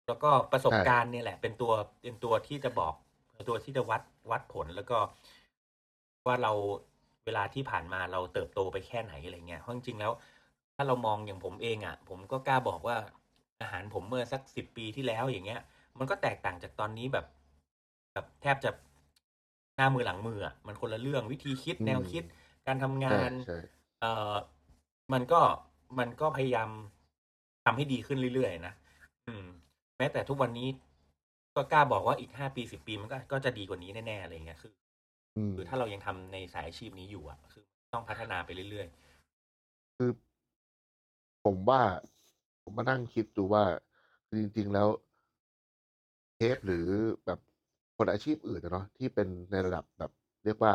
[SPEAKER 3] แล้วก็ประสบการณ์เนี่ยแหละ เป็นตัวเป็นตัวที่จะบอกเป็นตัวที่จะวัดวัดผลแล้วก็ ว่าเราเวลาที่ผ่านมาเราเติบโตไปแค่ไหนอะไรเงี้ยเพราะจริงๆแล้ว ถ้าเรามองอย่างผมเองอะ่ะ ผมก็กล้าบอกว่าอาหารผมเมื่อสักสิบปีที่แล้วอย่างเงี้ย มันก็แตกต่างจากตอนนี้แบบแบบแทบจะหน้ามือหลังมืออะมันคนละเรื่องวิธีคิด
[SPEAKER 4] อืม
[SPEAKER 3] แนวคิด การทำงา
[SPEAKER 4] ใช่
[SPEAKER 3] น
[SPEAKER 4] ใช่
[SPEAKER 3] เอ่อมันก็มันก็พยายามทำให้ดีขึ้นเรื่อยๆนะอืม แม้แต่ทุกวันนี้ก็กล้าบอกว่าอีกห้าปีสิบปีมันก็ก็จะดีกว่านี้แน่ๆอะไรเงี้ยคือ
[SPEAKER 4] อืม
[SPEAKER 3] คือถ้าเรายังทำในสายอาชีพนี้อยู่อะคือ ต้องพัฒนาไปเรื่อย
[SPEAKER 4] คือผมว่าผมมานั่งคิดดูว่าจริง ๆ แล้วเทปหรือแบบคนอาชีพอื่นอะเนาะที่เป็นในระดับแบบ เรียกว่า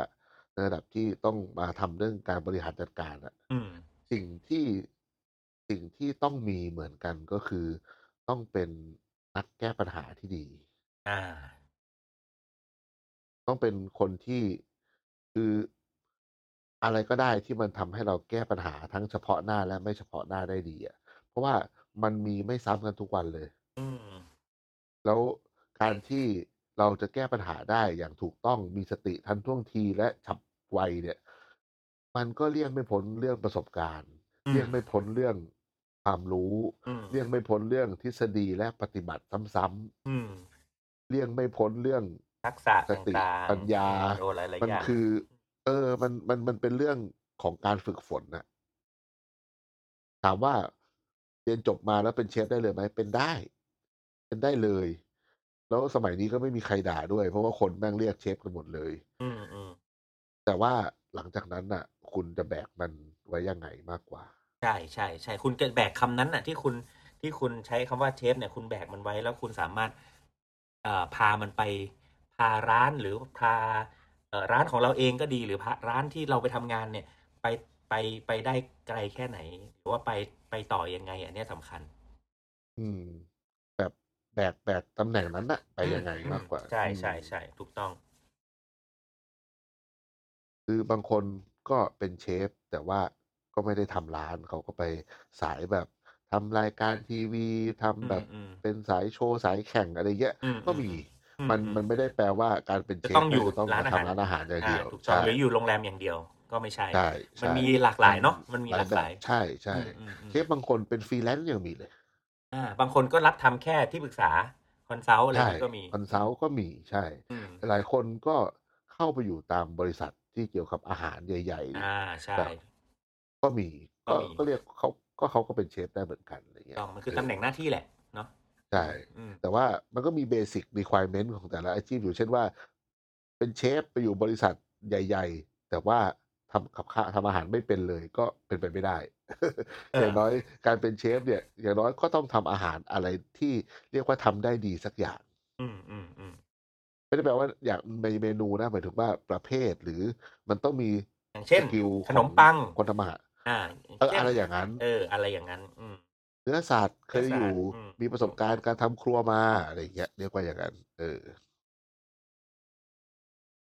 [SPEAKER 4] ในระดับที่ต้องมาทำเรื่องการบริหารจัดการอะ
[SPEAKER 3] ๆ อืม
[SPEAKER 4] สิ่งที่สิ่งที่ต้องมีเหมือนกันก็คือต้องเป็นนักแก้ปัญหาที่ดี
[SPEAKER 3] อ่า
[SPEAKER 4] ต้องเป็นคนที่คืออะไรก็ได้ที่มันทำให้เราแก้ปัญหาทั้งเฉพาะหน้าและไม่เฉพาะหน้าได้ดีอ่ะเพราะว่ามันมีไม่ซ้ำกันทุกวันเลย
[SPEAKER 3] อืม
[SPEAKER 4] แล้วการที่เราจะแก้ปัญหาได้อย่างถูกต้องมีสติทันท่วงทีและฉับไวเนี่ย มันก็เลี่ยงไม่พ้นเรื่องประสบการณ์
[SPEAKER 3] อืม
[SPEAKER 4] เลี่ยงไม่พ้นเรื่องความรู้
[SPEAKER 3] อืม
[SPEAKER 4] เลี่ยงไม่พ้นเรื่องทฤษฎีและปฏิบัติซ้ำ
[SPEAKER 3] อืม
[SPEAKER 4] ๆเลี่ยงไม่พ้นเรื่อง
[SPEAKER 3] ทักษะ
[SPEAKER 4] ส
[SPEAKER 3] ต่าง
[SPEAKER 4] ติ
[SPEAKER 3] ๆ
[SPEAKER 4] ปัญญา
[SPEAKER 3] โอ้หลาย
[SPEAKER 4] มั
[SPEAKER 3] ๆอย่าง
[SPEAKER 4] คือ เออ มัน มัน มันเป็นเรื่องของการฝึกฝนนะถามว่าเรียนจบมาแล้วเป็นเชฟได้เลยไหม เป็นได้ เป็นได้เลย แล้วสมัยนี้ก็ไม่มีใครด่าด้วย เพราะว่าคนแม่งเรียกเชฟกันหมดเลย
[SPEAKER 3] อืมอืม
[SPEAKER 4] แต่ว่าหลังจากนั้นน่ะ คุณจะแบกมันไว้ยังไงมากกว่า
[SPEAKER 3] ใช่ใช่ใช่คุณก็แบกคำนั้นน่ะ ที่คุณที่คุณใช้คำว่าเชฟเนี่ยคุณแบกมันไว้แล้วคุณสามารถเอ่อพามันไป พาร้านหรือพาเอ่อร้านของเราเองก็ดีหรือพาร้านที่เราไปทำงานเนี่ย ไปไปไปได้ไกลแค่ไหน หรือว่าไปไปต่อยังไงอันเนี้ยสำคัญ
[SPEAKER 4] อืม แบบแบกแบกตำแหน่งนั้นน่ะ ไปยังไงมากกว่า
[SPEAKER 3] ใช่ใช่
[SPEAKER 4] อืม
[SPEAKER 3] ใช่ถูกต้อง
[SPEAKER 4] คือบางคนก็เป็นเชฟ แต่ว่าก็ไม่ได้ทำร้านเขาก็ไปสายแบบทำรายการทีวีทำแบบ
[SPEAKER 3] อืมอืม
[SPEAKER 4] เป็นสายโชว์สายแข่งอะไรเงี้ย
[SPEAKER 3] อืม
[SPEAKER 4] ก็มี
[SPEAKER 3] อืม
[SPEAKER 4] มัน
[SPEAKER 3] อืม
[SPEAKER 4] มันไม่ได้แปลว่าการเป็นเชฟ
[SPEAKER 3] จะต้องอยู่
[SPEAKER 4] จะต้อง
[SPEAKER 3] ร้านอาหาร
[SPEAKER 4] ทำร้านอาหารอย่าง
[SPEAKER 3] อ่า
[SPEAKER 4] เดียว
[SPEAKER 3] ถูกต้อง
[SPEAKER 4] ใช่
[SPEAKER 3] หรืออยู่โรงแรมอย่างเดียวก็ไม่ใช่
[SPEAKER 4] ใช่
[SPEAKER 3] มัน
[SPEAKER 4] ใช่
[SPEAKER 3] มีหลากหลายเนาะมันมีหลากหลาย
[SPEAKER 4] แบบใช่ใช่
[SPEAKER 3] อืมอืมอืม
[SPEAKER 4] เชฟบางคนเป็นฟรีแลนซ์ยังมีเลย
[SPEAKER 3] อ่า บางคนก็รับทำแค่ที่ปรึกษาคอนซัลท์อะไร
[SPEAKER 4] ใช่
[SPEAKER 3] นี้ก็มี
[SPEAKER 4] คอนซัลท์ก็มีใช่
[SPEAKER 3] อืม
[SPEAKER 4] หลายคนก็เข้าไปอยู่ตามบริษัทที่เกี่ยวกับอาหารใหญ่ ๆ
[SPEAKER 3] อ่าใช่
[SPEAKER 4] ก็มี
[SPEAKER 3] ก็
[SPEAKER 4] ก็
[SPEAKER 3] มี
[SPEAKER 4] ก็เรียกเขาก็เขาก็เป็นเชฟได้เหมือนกันอะไร
[SPEAKER 3] ถูก
[SPEAKER 4] เงี้ย
[SPEAKER 3] ต้องมันคือตำแหน่งหน้าที่แหละเนาะ
[SPEAKER 4] ใช่
[SPEAKER 3] อืม
[SPEAKER 4] แต่ว่ามันก็มีเบสิก requirement ของแต่ละอาชีพอยู่เช่นว่า เป็นเชฟไปอยู่บริษัทใหญ่ ๆ แต่ว่าทำกับข้าวทำอาหารไม่เป็นเลยก็เป็นไปไม่ได้ <laughs> อย่างน้อยการเป็นเชฟเนี่ย อย่างน้อยก็ต้องทำอาหารอะไรที่เรียกว่าทำได้ดีสักอย่าง
[SPEAKER 3] อืมอืมอืม
[SPEAKER 4] ไม่ได้แปลว่าอย่างในเมนูนะหมายถึงว่าประเภทหรือมันต้องมี
[SPEAKER 3] อย่าง
[SPEAKER 4] ส
[SPEAKER 3] เช่น
[SPEAKER 4] กิล
[SPEAKER 3] ขนมปัง
[SPEAKER 4] คนทำอาหาร
[SPEAKER 3] อ่า
[SPEAKER 4] เออ
[SPEAKER 3] ช่น
[SPEAKER 4] อะไรอย่างนั้น
[SPEAKER 3] เออ อะไรอย่างนั้น อืม
[SPEAKER 4] เนื้อสัตว์เคยอยู่
[SPEAKER 3] เนื้อสัตว์อืม
[SPEAKER 4] มีประสบการณ์การทำครัวมาอะไรอย่างเงี้ยเรียกว่าอย่างนั้น เออ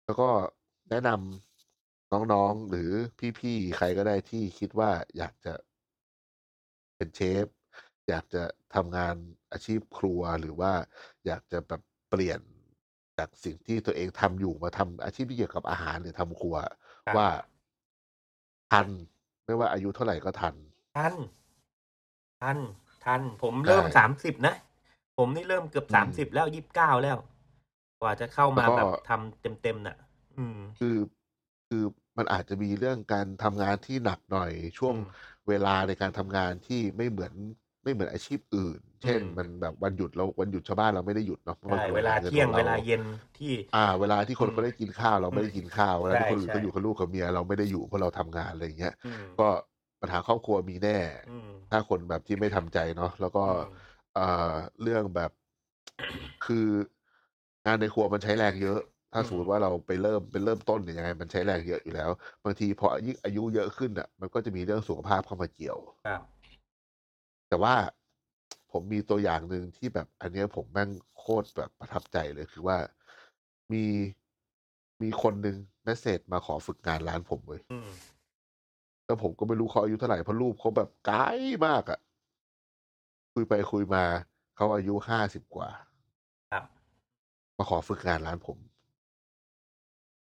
[SPEAKER 4] แล้วก็แนะนำน้องๆหรือพี่ๆใครก็ได้ที่คิดว่าอยากจะเป็นเชฟ อยากจะทำงานอาชีพครัวหรือว่า อยากจะแบบเปลี่ยนจากสิ่งที่ตัวเองทำอยู่มาทำอาชีพที่เกี่ยวกับอาหารหรือทำครัว
[SPEAKER 3] ครับ
[SPEAKER 4] ว่าทัน ไม่ว่าอายุเท่าไหร่ก็ทัน
[SPEAKER 3] ทันทันทันผมเริ่ม
[SPEAKER 4] ใช่
[SPEAKER 3] สามสิบนะ ผมนี่เริ่มเกือบ
[SPEAKER 4] อื
[SPEAKER 3] สาม
[SPEAKER 4] ม
[SPEAKER 3] สิบแล้วยี่สิบเก้าแล้ว กว่าจะเข้ามา
[SPEAKER 4] แล้วก็
[SPEAKER 3] แบบทำเต็มๆน่ะ อืม
[SPEAKER 4] คือคือมันอาจจะมีเรื่องการทำงานที่หนักหน่อยช่วง
[SPEAKER 3] อืม
[SPEAKER 4] เวลาในการทำงานที่ไม่เหมือนไม่เหมือนอาชีพอื่น เช่น
[SPEAKER 3] อืม
[SPEAKER 4] มันแบบวันหยุดเราวันหยุดชาวบ้านเราไม่ได้หยุดเนาะพระมัน
[SPEAKER 3] ใช่
[SPEAKER 4] ป็น
[SPEAKER 3] เวลา
[SPEAKER 4] งิน
[SPEAKER 3] เที่ยง
[SPEAKER 4] ขอ
[SPEAKER 3] เว
[SPEAKER 4] ร
[SPEAKER 3] ลาเย็นที่
[SPEAKER 4] อ่า เวลาที่คน
[SPEAKER 3] อืม
[SPEAKER 4] เขาได้กินข้าวเราไม่ได้กินข้าวเวลาที่คนอื่น
[SPEAKER 3] ใช่
[SPEAKER 4] เขาอยู่กับลูกกับเมียเราไม่ได้อยู่เพราะเราทำงานอะไรอย่างเงี้ย
[SPEAKER 3] อืม
[SPEAKER 4] ก็ปัญหาครอบครัวมีแน่
[SPEAKER 3] อืม
[SPEAKER 4] ถ้าคนแบบที่ไม่ทำใจเนาะแล้วก็ เอ่อเรื่องแบบ <coughs> คืองานในครัวมันใช้แรงเยอะ ถ้า
[SPEAKER 3] อืม
[SPEAKER 4] สมมติว่าเราไปเริ่มเป็นเริ่มต้นเนี่ยยังไง มันใช้แรงเยอะอยู่แล้ว บางทีพอยิ่งอายุเยอะขึ้นอ่ะ มันก็จะมีเรื่องสุขภาพเข้ามาเกี่ยว
[SPEAKER 3] ครับ
[SPEAKER 4] แต่ว่าผมมีตัวอย่างหนึ่งที่แบบ อันเนี้ยผมแม่งโคตรแบบประทับใจเลยคือว่ามีมีคนหนึ่งเมสเซจมาขอฝึกงานร้านผมเว้ย
[SPEAKER 3] อืม
[SPEAKER 4] แล้วผมก็ไม่รู้เขาอายุเท่าไหร่เพราะรูปเขาแบบไกลมากอ่ะคุยไปคุยมาเขาอายุห้าสิบกว่า
[SPEAKER 3] ครับ
[SPEAKER 4] มาขอฝึกงานร้านผม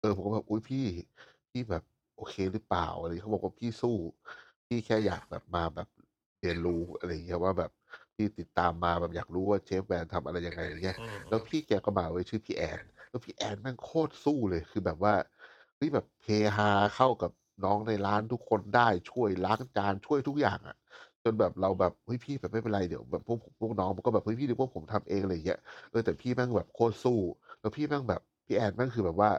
[SPEAKER 4] เออผมก็แบบอุ้ยพี่พี่แบบโอเคหรือเปล่าอะไรเขาบอกว่าพี่สู้ พี่แค่อยากแบบมาแบบเรียนรู้อะไรอย่างเงี้ยว่าแบบพี่ติดตามมาแบบอยากรู้ว่าเชฟแวนทำอะไรยังไงอย่างเงี้ย
[SPEAKER 3] อืม
[SPEAKER 4] แล้วพี่แกก็มาไว้ยชื่อพี่แอน แล้วพี่แอนแม่งโคตรสู้เลยคือแบบว่าเฮ้ยแบบเฮฮาเข้ากับน้องในร้านทุกคนได้ช่วยล้างจานช่วยทุกอย่างอะ่ะ จนแบบเราแบบเฮ้ยพี่แบบไม่เป็นไรเดี๋ยวแบบพวกพวกน้องมันก็แบบเฮ้ยพี่เดี๋ยวพวกผมทำเองอะไรอย่างเงี้ยเออแต่พี่แม่งแบบโคตรสู้ แล้วพี่แม่งแบบพี่แอนแม่งคือแบบว่า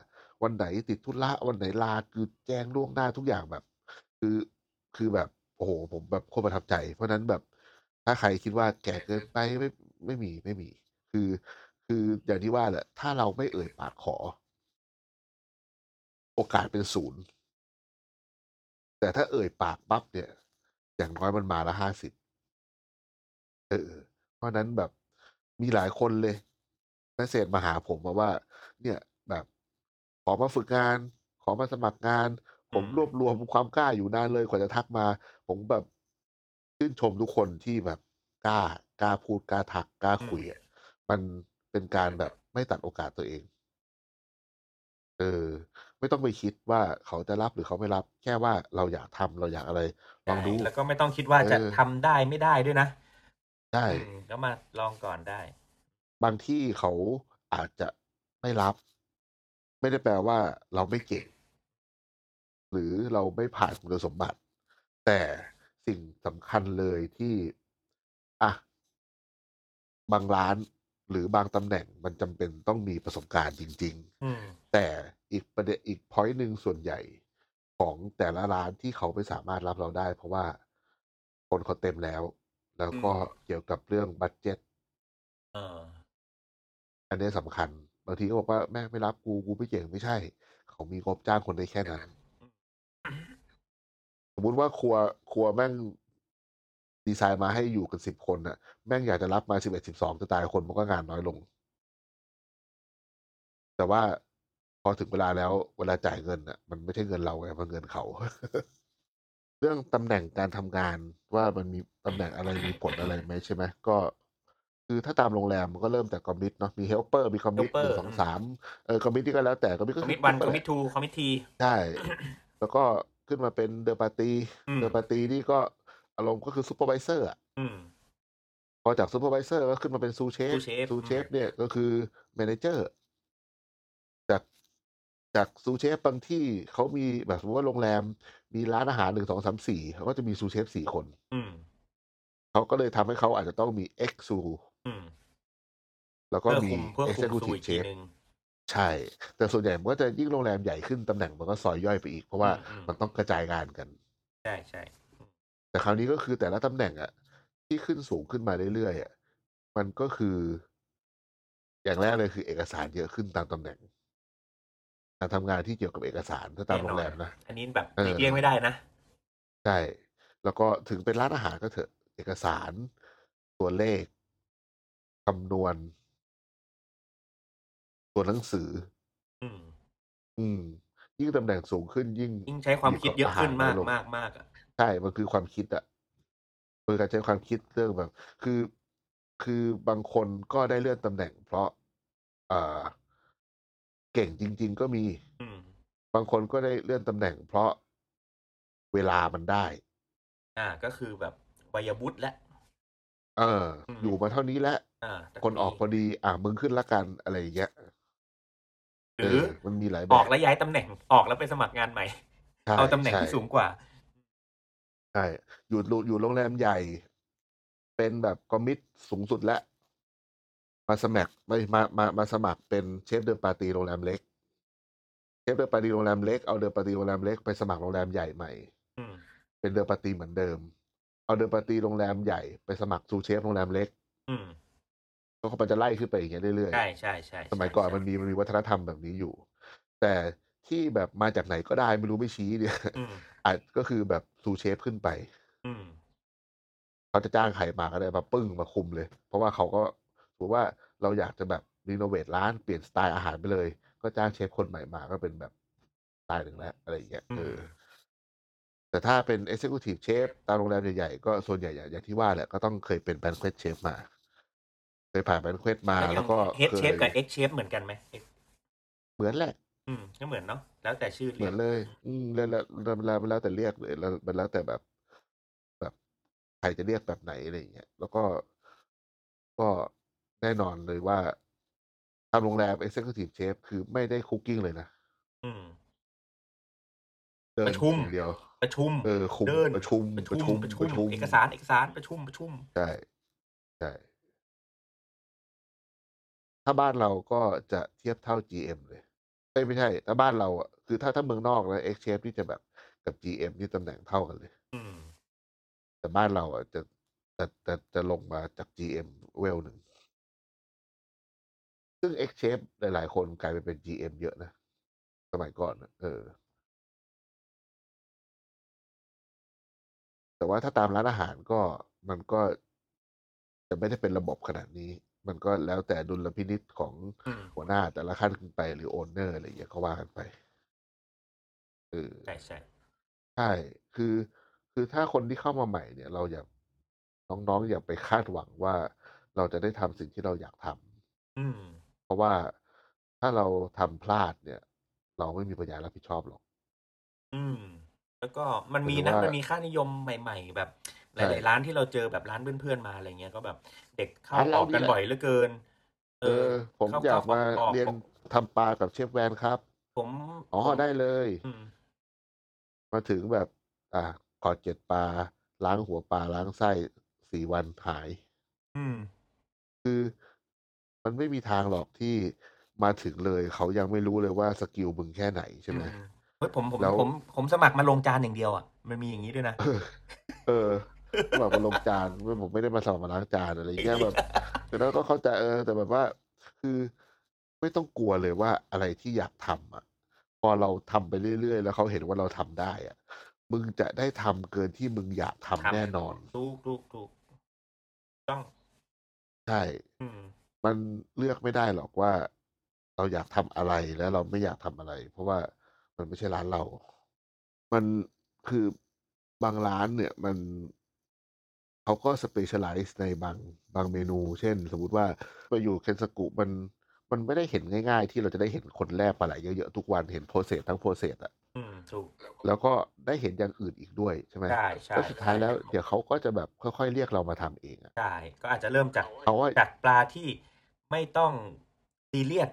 [SPEAKER 4] วันไหนติดธุระวันไหนลาคือแจ้งล่วงหน้าทุกอย่างแบบ คือคือแบบโอ้โห ผมแบบโคตรประทับใจ เพราะฉะนั้นแบบถ้าใครคิดว่าแก่เกินไปไม่ไม่มีไม่มี คือ คืออย่างที่ว่าแหละถ้าเราไม่เอ่ยปากขอ โอกาสเป็นศูนย์ แต่ถ้าเอ่ยปากปั๊บเนี่ย อย่างน้อยมันมาละห้าสิบเออ เพราะฉะนั้นแบบมีหลายคนเลยแมสเซจมาหาผมมาว่า เนี่ยแบบขอมาฝึกงาน ขอมาสมัครงาน ผม
[SPEAKER 3] อืม
[SPEAKER 4] รวบรวมความกล้าอยู่นานเลยกว่าจะทักมา ผมแบบชื่นชมทุกคนที่แบบกล้ากล้าพูดกล้าทักกล้าคุยอะมันเป็นการแบบไม่ตัดโอกาสตัวเอง เออ ไม่ต้องไปคิดว่าเขาจะรับหรือเขาไม่รับ แค่ว่าเราอยากทำเราอยากอะไรลองดู
[SPEAKER 3] แล้วก็ไม่ต้องคิดว่าจะ
[SPEAKER 4] เออ
[SPEAKER 3] ทำได้ไม่ได้ด้วยนะ
[SPEAKER 4] ได้
[SPEAKER 3] อืมก็มาลองก่อนได้
[SPEAKER 4] บางที่เขาอาจจะไม่รับ ไม่ได้แปลว่าเราไม่เก่ง หรือเราไม่ผ่านคุณสมบัติ แต่สิ่งสำคัญเลยที่อ่ะบางร้านหรือบางตำแหน่งมันจำเป็นต้องมีประสบการณ์จริง ๆ
[SPEAKER 3] อืม
[SPEAKER 4] แต่อีกประเด็นอีก point หนึ่งส่วนใหญ่ของแต่ละร้านที่เขาไม่สามารถรับเราได้ เพราะว่าคนเขาเต็มแล้ว แล้วก็
[SPEAKER 3] อืม
[SPEAKER 4] เกี่ยวกับเรื่องบัตเจ็ต
[SPEAKER 3] เออ
[SPEAKER 4] อันเนี้ยสำคัญ บางทีก็บอกว่าแม่งไม่รับกูกูไม่เก่งไม่ใช่ เขามีงบจ้างคนได้แค่นั้น สมมติว่าครัวครัวแม่งดีไซน์มาให้อยู่กันสิบคนน่ะ แม่งอยากจะรับมาสิบเอ็ดสิบสองจะตายคนมันก็งานน้อยลง แต่ว่าพอถึงเวลาแล้วเวลาจ่ายเงินน่ะ มันไม่ใช่เงินเราไงมันเงินเขา เรื่องตำแหน่งการทำงานว่ามันมีตำแหน่งอะไรมีผลอะไรไหมใช่ไหมก็ คือถ้าตามโรงแรมมันก็เริ่มจากคอมมิชเนาะมีเฮลเปอร์มีคอมมิชห
[SPEAKER 3] helper
[SPEAKER 4] นึ่งสองสามเออคอมมิชที่ก็แล้วแต่คอมมิช
[SPEAKER 3] ค
[SPEAKER 4] ก็
[SPEAKER 3] อม
[SPEAKER 4] อ
[SPEAKER 3] มิตวันคอมมิตทูคอมมิตที
[SPEAKER 4] ใช่ แล้วก็ขึ้นมาเป็นเดอ p ปาร์ตี้
[SPEAKER 3] อืม
[SPEAKER 4] เดอ p ปาร์ตี้นี่ก็อารมณ์ก็คือซูเปอร์ i s เซอร์อ่ะ
[SPEAKER 3] อืม
[SPEAKER 4] พอจากซูเปอร์ i s เซอร์ก็ขึ้นมาเป็นซูเชฟ
[SPEAKER 3] sous chef
[SPEAKER 4] ซูเชฟ
[SPEAKER 3] อืม
[SPEAKER 4] เนี่ยก็คือแมเนเจอร์ จากจากซูเชฟบางที่เขามีแบบสมมติว่าโรงแรมมีร้านอาหารหนึ่งสองสามสี่เขาก็จะมีซูเชฟสี่คน
[SPEAKER 3] อืม
[SPEAKER 4] เขาก็เลยทำให้เขาอาจจะต้องมีเอ็กซู
[SPEAKER 3] อืม
[SPEAKER 4] แล้วก็
[SPEAKER 3] เพื่อ
[SPEAKER 4] มี
[SPEAKER 3] คุมเพื่อ
[SPEAKER 4] เอ็ก
[SPEAKER 3] คุ
[SPEAKER 4] เซคิว
[SPEAKER 3] มสู
[SPEAKER 4] ทีฟ
[SPEAKER 3] ตรอีก
[SPEAKER 4] เช
[SPEAKER 3] ที
[SPEAKER 4] ฟ
[SPEAKER 3] หนึ่ง
[SPEAKER 4] ใช่ แต่ส่วนใหญ่มันก็จะยิ่งโรงแรมใหญ่ขึ้นตำแหน่งมันก็ซอยย่อยไปอีก เพราะว่า
[SPEAKER 3] อืมอืม
[SPEAKER 4] มันต้องกระจายงานกัน
[SPEAKER 3] ใช่ใช่
[SPEAKER 4] แต่คราวนี้ก็คือแต่ละตำแหน่งอะที่ขึ้นสูงขึ้นมาเรื่อยๆอะมันก็คือ อย่างแรกเลยคือเอกสารเยอะขึ้นตามตำแหน่งการทำงานที่เกี่ยวกับเอกสารถ้าตามโรงแรมนะ
[SPEAKER 3] อันนี้แบบ
[SPEAKER 4] เออ
[SPEAKER 3] หลีกเลี่ยงไม่ได้นะ
[SPEAKER 4] ใช่แล้วก็ถึงเป็นร้านอาหารก็เถอะ เอกสารตัวเลขคำนวณ ตัวหนังสือ
[SPEAKER 3] อืม
[SPEAKER 4] อืม ยิ่งตำแหน่งสูงขึ้น ยิ่ง
[SPEAKER 3] ยิ่งใช้ความคิดเยอะขึ้นมาก
[SPEAKER 4] เดี๋ยวก็
[SPEAKER 3] มากมากอ่ะ
[SPEAKER 4] ใช่ มันคือความคิดอะคือการใช้ความคิดเรื่องแบบ คือ คือบางคนก็ได้เลื่อนตำแหน่ง เพราะเอ่อเก่งจริง ๆ ก็มี
[SPEAKER 3] อืม
[SPEAKER 4] บางคนก็ได้เลื่อนตำแหน่ง เพราะเวลามันได้
[SPEAKER 3] อ่า ก็คือแบบวัยวุฒิและ
[SPEAKER 4] เออ
[SPEAKER 3] อืม
[SPEAKER 4] อยู่มาเท่านี้แล้ว
[SPEAKER 3] อ่าแต่
[SPEAKER 4] คนออกพอดี อ่ะมึงขึ้นละกันอะไรอย่างเงี้ย
[SPEAKER 3] ห
[SPEAKER 4] เอ
[SPEAKER 3] รือ
[SPEAKER 4] อ มันมีหลายแบ
[SPEAKER 3] อบ อกแล้วย้ายตำแหน่งออกแล้วไปสมัครงานใหม่
[SPEAKER 4] ใช่
[SPEAKER 3] เอาตำแหน่งที่
[SPEAKER 4] ใช่
[SPEAKER 3] สูงกว่า
[SPEAKER 4] ใช่ อยู่โรงอยู่โรงแรมใหญ่ เป็นแบบคอมมิตสูงสุดแล้ว มาสมัครไม่มามามาสมัครเป็นเชฟเดินปาร์ตีโรงแรมเล็ก เชฟเดินปาร์ตีโรงแรมเล็ก เอาเดินปาร์ตีโรงแรมเล็กไปสมัครโรงแรมใหญ่ใหม่
[SPEAKER 3] อืม
[SPEAKER 4] เป็นเดินปาร์ตีเหมือนเดิม เอาเดินปาร์ตีโรงแรมใหญ่ไปสมัครซูเชฟโรงแรมเล็ก
[SPEAKER 3] อืม
[SPEAKER 4] ก็มันจะไล่ขึ้นไปอย่างเงี้ยเรื่อย
[SPEAKER 3] ใช่ใช่ใช่
[SPEAKER 4] ๆ สมัยก่อน
[SPEAKER 3] ใช่
[SPEAKER 4] มันมีมันมีวัฒนธรรมแบบนี้อยู่ แต่ที่แบบมาจากไหนก็ได้ไม่รู้ไม่ชี้เนี่ย <laughs>
[SPEAKER 3] อืม
[SPEAKER 4] อาจก็คือแบบซูเชฟขึ้นไป
[SPEAKER 3] อืม
[SPEAKER 4] เขาจะจ้างใครมาก็ได้มาปึ้งมาคุมเลย เพราะว่าเขาก็ถือว่าเราอยากจะแบบรีโนเวทร้านเปลี่ยนสไตล์อาหารไปเลย ก็จ้างเชฟคนใหม่มาก็เป็นแบบสไตล์หนึ่งแล้วอะไรอย่างเงี้ย
[SPEAKER 3] อืม
[SPEAKER 4] เออแต่ถ้าเป็น Executive Chef ตามโรงแรมใหญ่ๆ ก็ส่วนใหญ่อย่างอย่างที่ว่าแหละก็ต้องเคยเป็น Banquet Chef มา เคยผ่าน Banquet มา
[SPEAKER 3] แล้วอ
[SPEAKER 4] แล้
[SPEAKER 3] ย่าว ง
[SPEAKER 4] ก็
[SPEAKER 3] เฮด
[SPEAKER 4] เค
[SPEAKER 3] เช
[SPEAKER 4] ย
[SPEAKER 3] ฟกับเอ็กเชฟเหมือนกันไหม Head-
[SPEAKER 4] เหมือนแหละ
[SPEAKER 3] อืม ก็เหมือนเนาะแล้วแต่ชื่อ
[SPEAKER 4] เห
[SPEAKER 3] เรี
[SPEAKER 4] มื
[SPEAKER 3] ย
[SPEAKER 4] อก นเลย อืมแล้วแล้วแล้วแล้วแล้วแต่เรียกเลยแล้วมันแล้วแต่แบบ แบบใครจะเรียกแบบไหนอะไรอย่างเงี้ย แล้วก็ก็แน่นอนเลยว่าทำโรงแรม Executive Chef คือไม่ได้คุกกิ้งเลยนะ
[SPEAKER 3] อืม
[SPEAKER 4] เดิน
[SPEAKER 3] ประชุม
[SPEAKER 4] อย่างเดียว
[SPEAKER 3] ประชุม
[SPEAKER 4] เออคุม
[SPEAKER 3] เดิน
[SPEAKER 4] ประชุม
[SPEAKER 3] ประชุมประชุมเอกสารเอกสารประชุมประชุม
[SPEAKER 4] ใช่ใช่ถ้าบ้านเราก็จะเทียบเท่า GM เลยเอ้ยไม่ใช่ ถ้าบ้านเราอ่ะคือถ้าถ้าเมืองนอกนะ X Chef นี่จะแบบ กับ GM นี่ตำแหน่งเท่ากันเลย
[SPEAKER 3] อืม
[SPEAKER 4] แต่บ้านเราอ่ะจะจะจะจะลงมาจาก GM เวลหนึ่ง ซึ่ง x c h a n g e หลาย ๆ คนกลายไปเป็น GM เยอะนะ สมัยก่อนน่ะเออ แต่ว่าถ้าตามร้านอาหารก็มันก็จะไม่ได้เป็นระบบขนาดนี้ มันก็แล้วแต่ดุลพินิษของ
[SPEAKER 3] อืม
[SPEAKER 4] หัวหน้าแต่ละขั้นขึ้นไปหรือโอนเนอร์อะไรอย่างเงี้ยก็ว่ากันไปเออ
[SPEAKER 3] ใช่ใช่
[SPEAKER 4] ใช่ คือ คือถ้าคนที่เข้ามาใหม่เนี่ย เราอย่า น้องๆ อย่าไปคาดหวังว่าเราจะได้ทำสิ่งที่เราอยากทำ
[SPEAKER 3] อืม
[SPEAKER 4] เพราะว่าถ้าเราทำพลาดเนี่ย เราไม่มีปัญญารับผิดชอบหรอก
[SPEAKER 3] อืม แล้วก็มันมี
[SPEAKER 4] หรื
[SPEAKER 3] นะ
[SPEAKER 4] อว่ามั
[SPEAKER 3] มันมีค่านิยมใหม่ ๆ แบบห
[SPEAKER 4] ใช่
[SPEAKER 3] ลายๆร้านที่เราเจอแบบร้านเพื่อนๆมาอะไรเงี้ยก็แบบเด็กเข้า
[SPEAKER 4] ร้าน
[SPEAKER 3] อ
[SPEAKER 4] เรา
[SPEAKER 3] อกกัน
[SPEAKER 4] นี่แหละ
[SPEAKER 3] บ่อยเหลือเกิน เอ
[SPEAKER 4] เออ ผม
[SPEAKER 3] เข้
[SPEAKER 4] อยาก
[SPEAKER 3] เข้
[SPEAKER 4] มา
[SPEAKER 3] ออก
[SPEAKER 4] เรียนทำปลากับเชฟแวนครับ
[SPEAKER 3] ผม
[SPEAKER 4] อ๋อ
[SPEAKER 3] ผม
[SPEAKER 4] ได้เลย
[SPEAKER 3] อืม
[SPEAKER 4] มาถึงแบบ อ่ะขอเจ็ดปลา ล้างหัวปลา ล้างไส้สี่วันหาย
[SPEAKER 3] อืม
[SPEAKER 4] คือมันไม่มีทางหรอกที่มาถึงเลย เขายังไม่รู้เลยว่าสกิลมึงแค่ไหนใช่ไหม
[SPEAKER 3] อืเฮ้ยผมผม
[SPEAKER 4] แล้ว
[SPEAKER 3] ผมผมสมัครมาลงจานอย่างเดียวอ่ะมันมีอย่างนี้ด้วยนะ
[SPEAKER 4] เออแบบมาลงจานผมไม่ได้มาสอนมาล้างจานอะไรอย่างเงี้ยแบบแต่เราก็เข้าใจเออ แต่แบบว่า คือไม่ต้องกลัวเลยว่าอะไรที่อยากทำอ่ะ พอเราทำไปเรื่อยๆ แล้วเขาเห็นว่าเราทำได้อ่ะ มึงจะได้ทำเกินที่มึงอยากทำ
[SPEAKER 3] ครับ
[SPEAKER 4] แน่นอน
[SPEAKER 3] ถูกถูกถูกต้อง
[SPEAKER 4] ใช่
[SPEAKER 3] อืม
[SPEAKER 4] มันเลือกไม่ได้หรอกว่า เราอยากทำอะไรและเราไม่อยากทำอะไร เพราะว่ามันไม่ใช่ร้านเรา มันคือบางร้านเนี่ย มันเขาก็สเปเชียลไลซ์ในบางบางเมนู เช่น สมมุติว่าไปอยู่เคนสกุมัน มันไม่ได้เห็นง่ายๆ ที่เราจะได้เห็นคนแรกปลาไหลเยอะๆ ทุกวันเห็นโปรเซสทั้งโปรเซสอะ
[SPEAKER 3] อืมถูก
[SPEAKER 4] แล้วก็ได้เห็นอย่างอื่นอีกด้วยใช่ไหม
[SPEAKER 3] ใช่ใช่
[SPEAKER 4] แล้วสุดท้ายแล้วเดี๋ยวเขาก็จะแบบค่อยๆเรียกเรามาทำเองอะ
[SPEAKER 3] ใช่ก็อาจจะเริ่มจาก
[SPEAKER 4] เขาว่า
[SPEAKER 3] จากปลาที่ไม่ต้องซีเรียส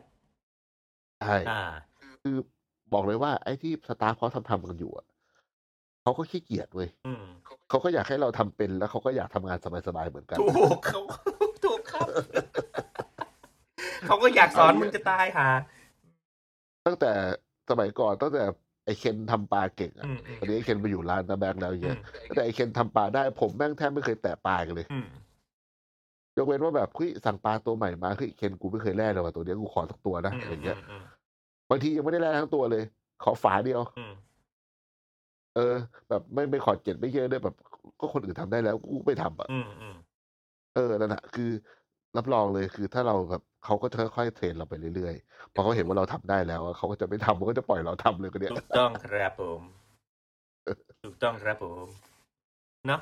[SPEAKER 4] ใช่
[SPEAKER 3] อ่า
[SPEAKER 4] คือบอกเลยว่าไอ้ที่สตาฟเขาทำทำกันอยู่อะเขาก็ขี้เกียจเว้ย
[SPEAKER 3] อืม
[SPEAKER 4] เขาก็อยากให้เราทำเป็นแล้วเขาก็อยากทำงานสบายๆเหมือนกัน
[SPEAKER 3] ถูกเขาถูกครับ เขาก็อยากสอนมึงจะตายหา
[SPEAKER 4] ตั้งแต่สมัยก่อนตั้งแต่ไอ้เคนทำปลาเก่งอะ
[SPEAKER 3] อืมอืม
[SPEAKER 4] ตอนนี้ไอ้เคนไปอยู่ร้านตาแบงค์แล้ว
[SPEAKER 3] อื
[SPEAKER 4] เงี้
[SPEAKER 3] ม
[SPEAKER 4] ยตั้งแต่ไอ้เคนทำปลาได้ผมแม่งแทบไม่เคยแตะปลากันเลย
[SPEAKER 3] อืม
[SPEAKER 4] ยกเว้นว่าแบบเฮ้ยสั่งปลาตัวใหม่มาเฮ้ยเคนกูไม่เคยแล่เลยว่ะตัวเนี้ยกูขอสักตัวนะ
[SPEAKER 3] อืม
[SPEAKER 4] อะไร
[SPEAKER 3] อืม
[SPEAKER 4] เงี้ย
[SPEAKER 3] อืม
[SPEAKER 4] บางทียังไม่ได้แล่ทั้งตัวเลย ขอฝาเดียว
[SPEAKER 3] อืม
[SPEAKER 4] เออ แบบไม่ไม่ขอเจ็ดไม่เยอะด้วยแบบ ก็คนอื่นทำได้แล้วกูไม่ทำอะ
[SPEAKER 3] อืมอืม
[SPEAKER 4] เออ นั่นแหละคือ รับรองเลยคือถ้าเราแบบเขาก็จะค่อยๆเทรนเราไปเรื่อยๆ พอเขาเห็นว่าเราทำได้แล้วอะเขาก็จะไม่ทำเขาก็จะปล่อยเราทำเลยก็เนี่ย
[SPEAKER 3] ถูกต้องครับผม ถูกต้องครับผม เนาะ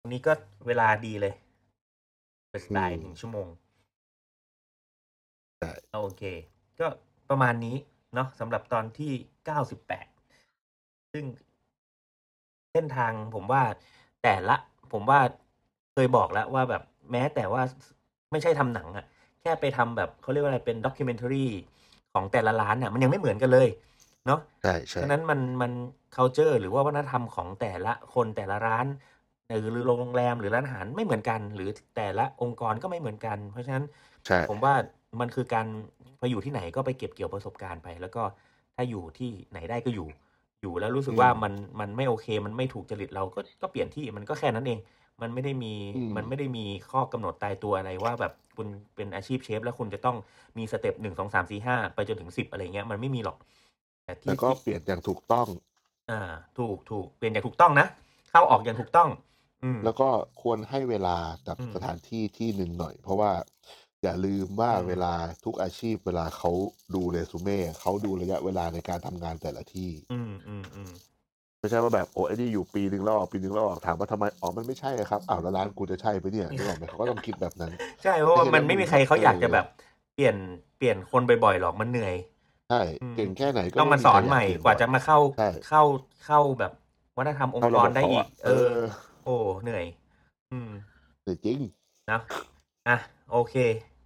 [SPEAKER 3] วันนี้ก็เวลาดีเลยเป็นสไตล์หนึ่งชั่วโมงโอเค ก็ประมาณนี้เนาะสำหรับตอนที่เก้าสิบแปดซึ่ง เส้นทางผมว่าแต่ละ ผมว่าเคยบอกแล้วว่าแบบแม้แต่ว่าไม่ใช่ทำหนังอะ่ะ แค่ไปทำแบบเขาเรียกว่าอะไรเป็นด็อกิเมนทารีของแต่ละร้านอะ่ะ มันยังไม่เหมือนกันเลย เนาะ
[SPEAKER 4] ใช่ใช่
[SPEAKER 3] ฉะนั้นมันมัน culture หรือว่าวัฒนธรรมของแต่ละคนแต่ละร้าน หรือหรือโรงแรมหรือร้านอาหารไม่เหมือนกัน หรือแต่ละองค์กรก็ไม่เหมือนกัน เพราะฉะนั้น
[SPEAKER 4] ใช่
[SPEAKER 3] ผมว่ามันคือการไปอยู่ที่ไหนก็ไปเก็บเกี่ยวประสบการณ์ไป แล้วก็ถ้าอยู่ที่ไหนได้ก็อยู่ อยู่แล้วรู้สึกว่ามันมันไม่โอเค มันไม่ถูกจริตเราก็ก็เปลี่ยนที่มันก็แค่นั้นเอง มันไม่ได้มีมันไม่ได้มีข้อกำหนดตายตัวอะไรว่าแบบคุณเป็นอาชีพเชฟ แล้วคุณจะต้องมีสเต็ปหนึ่งสองสามสี่ห้าไปจนถึงสิบอะไรเงี้ยมันไม่มีหรอกแต่ที่
[SPEAKER 4] แล้วก็เปลี่ยนอย่างถูกต้อง
[SPEAKER 3] อ่าถูกถูกเปลี่ยนอย่างถูกต้องนะ เข้าออกอย่างถูกต้อง อืม
[SPEAKER 4] แล้วก็ควรให้เวลากับ
[SPEAKER 3] อืม
[SPEAKER 4] สถานที่ที่หนึ่งหน่อย เพราะว่าอย่าลืมว่า
[SPEAKER 3] อืม
[SPEAKER 4] เวลาทุกอาชีพ เวลาเขาดูเรซูเม่เขาดูระยะเวลาในการทำงานแต่ละที่
[SPEAKER 3] อืมอืมอืม
[SPEAKER 4] ไม่ใช่ว่าแบบโอ้ไอ้นี่อยู่ปีหนึ่งแล้วออกปีหนึ่งแล้วออกถามว่าทำไมอ๋อมันไม่ใช่อะครับอ้าวแล้วร้านกูจะใช่ไปะเนี่ยนึกออกไหมเขาก็ต้องคิดแบบนั้น
[SPEAKER 3] ใช่เพราะว่ามันไม่มีใครเขาอยากจะ
[SPEAKER 4] เออ
[SPEAKER 3] แบบ เปลี่ยนเปลี่ยนคนบ่อยๆหรอกมันเหนื่อย
[SPEAKER 4] ใช่
[SPEAKER 3] อืม
[SPEAKER 4] เก่งแค่ไหนก็
[SPEAKER 3] ต้องมา
[SPEAKER 4] ไใค
[SPEAKER 3] ส
[SPEAKER 4] ร
[SPEAKER 3] อน
[SPEAKER 4] ย
[SPEAKER 3] ใหม่
[SPEAKER 4] เง
[SPEAKER 3] กว่า
[SPEAKER 4] หรอ
[SPEAKER 3] จะมาเข้า
[SPEAKER 4] ใช่
[SPEAKER 3] เข้าเข้าแบบวัฒนธรรมอง
[SPEAKER 4] เข้า
[SPEAKER 3] ค์ก
[SPEAKER 4] ระบ
[SPEAKER 3] ร
[SPEAKER 4] บ
[SPEAKER 3] ได้
[SPEAKER 4] เขา
[SPEAKER 3] อีก
[SPEAKER 4] อะ
[SPEAKER 3] เอ
[SPEAKER 4] เอ
[SPEAKER 3] อ
[SPEAKER 4] อ
[SPEAKER 3] โอ้เหนื่อย อืม
[SPEAKER 4] แต่จริง
[SPEAKER 3] นะอ่ะโอเค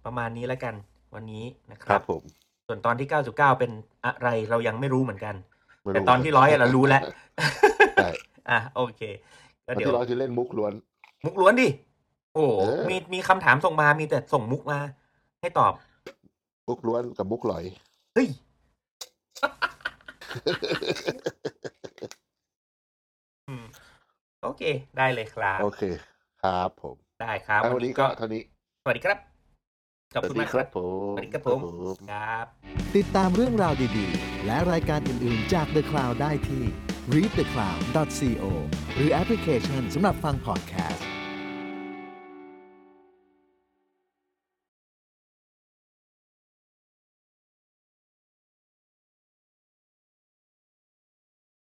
[SPEAKER 3] ประมาณนี้แล้วกัน วันนี้นะค
[SPEAKER 4] ค
[SPEAKER 3] รั
[SPEAKER 4] รับ บผม
[SPEAKER 3] ส่วนตอนที่ 99 เป็นอะไรเรายังไม่รู้เหมือนกัน
[SPEAKER 4] ไม่
[SPEAKER 3] แต่ตอนที่ร้อยเรารู้แล้ว
[SPEAKER 4] ใช่
[SPEAKER 3] <laughs> อ่ะโอเค
[SPEAKER 4] ต
[SPEAKER 3] ก็
[SPEAKER 4] อน
[SPEAKER 3] เดี๋ยว
[SPEAKER 4] ที่ร้อยคือเล่นมุกล้วน
[SPEAKER 3] มุกล้วนดิ โอ้โห
[SPEAKER 4] เออ
[SPEAKER 3] มีมีคำถามส่งมา มีแต่ส่งมุกมา ให้ตอบ
[SPEAKER 4] มุกล้วนกับมุกหลอย
[SPEAKER 3] เฮ้ย เค ได้เลยครับ
[SPEAKER 4] โอเค ครับผม
[SPEAKER 3] ได้ครับ
[SPEAKER 4] แล้ววันนี้ก็เท่านี้
[SPEAKER 3] สวัสดีครับ ขอบ
[SPEAKER 4] สวั
[SPEAKER 3] คุ
[SPEAKER 4] สดี
[SPEAKER 3] ณมาก
[SPEAKER 4] ค
[SPEAKER 3] ค
[SPEAKER 4] รั
[SPEAKER 3] รั
[SPEAKER 4] บบ ผม
[SPEAKER 3] สวัสดีครับผม
[SPEAKER 4] ผม
[SPEAKER 3] ครับ
[SPEAKER 1] ติดตามเรื่องราวดีๆ และรายการอื่น ๆ จาก The Cloud ได้ที่ readthecloud.co หรือแอปพลิเคชันสำหรับฟัง podcast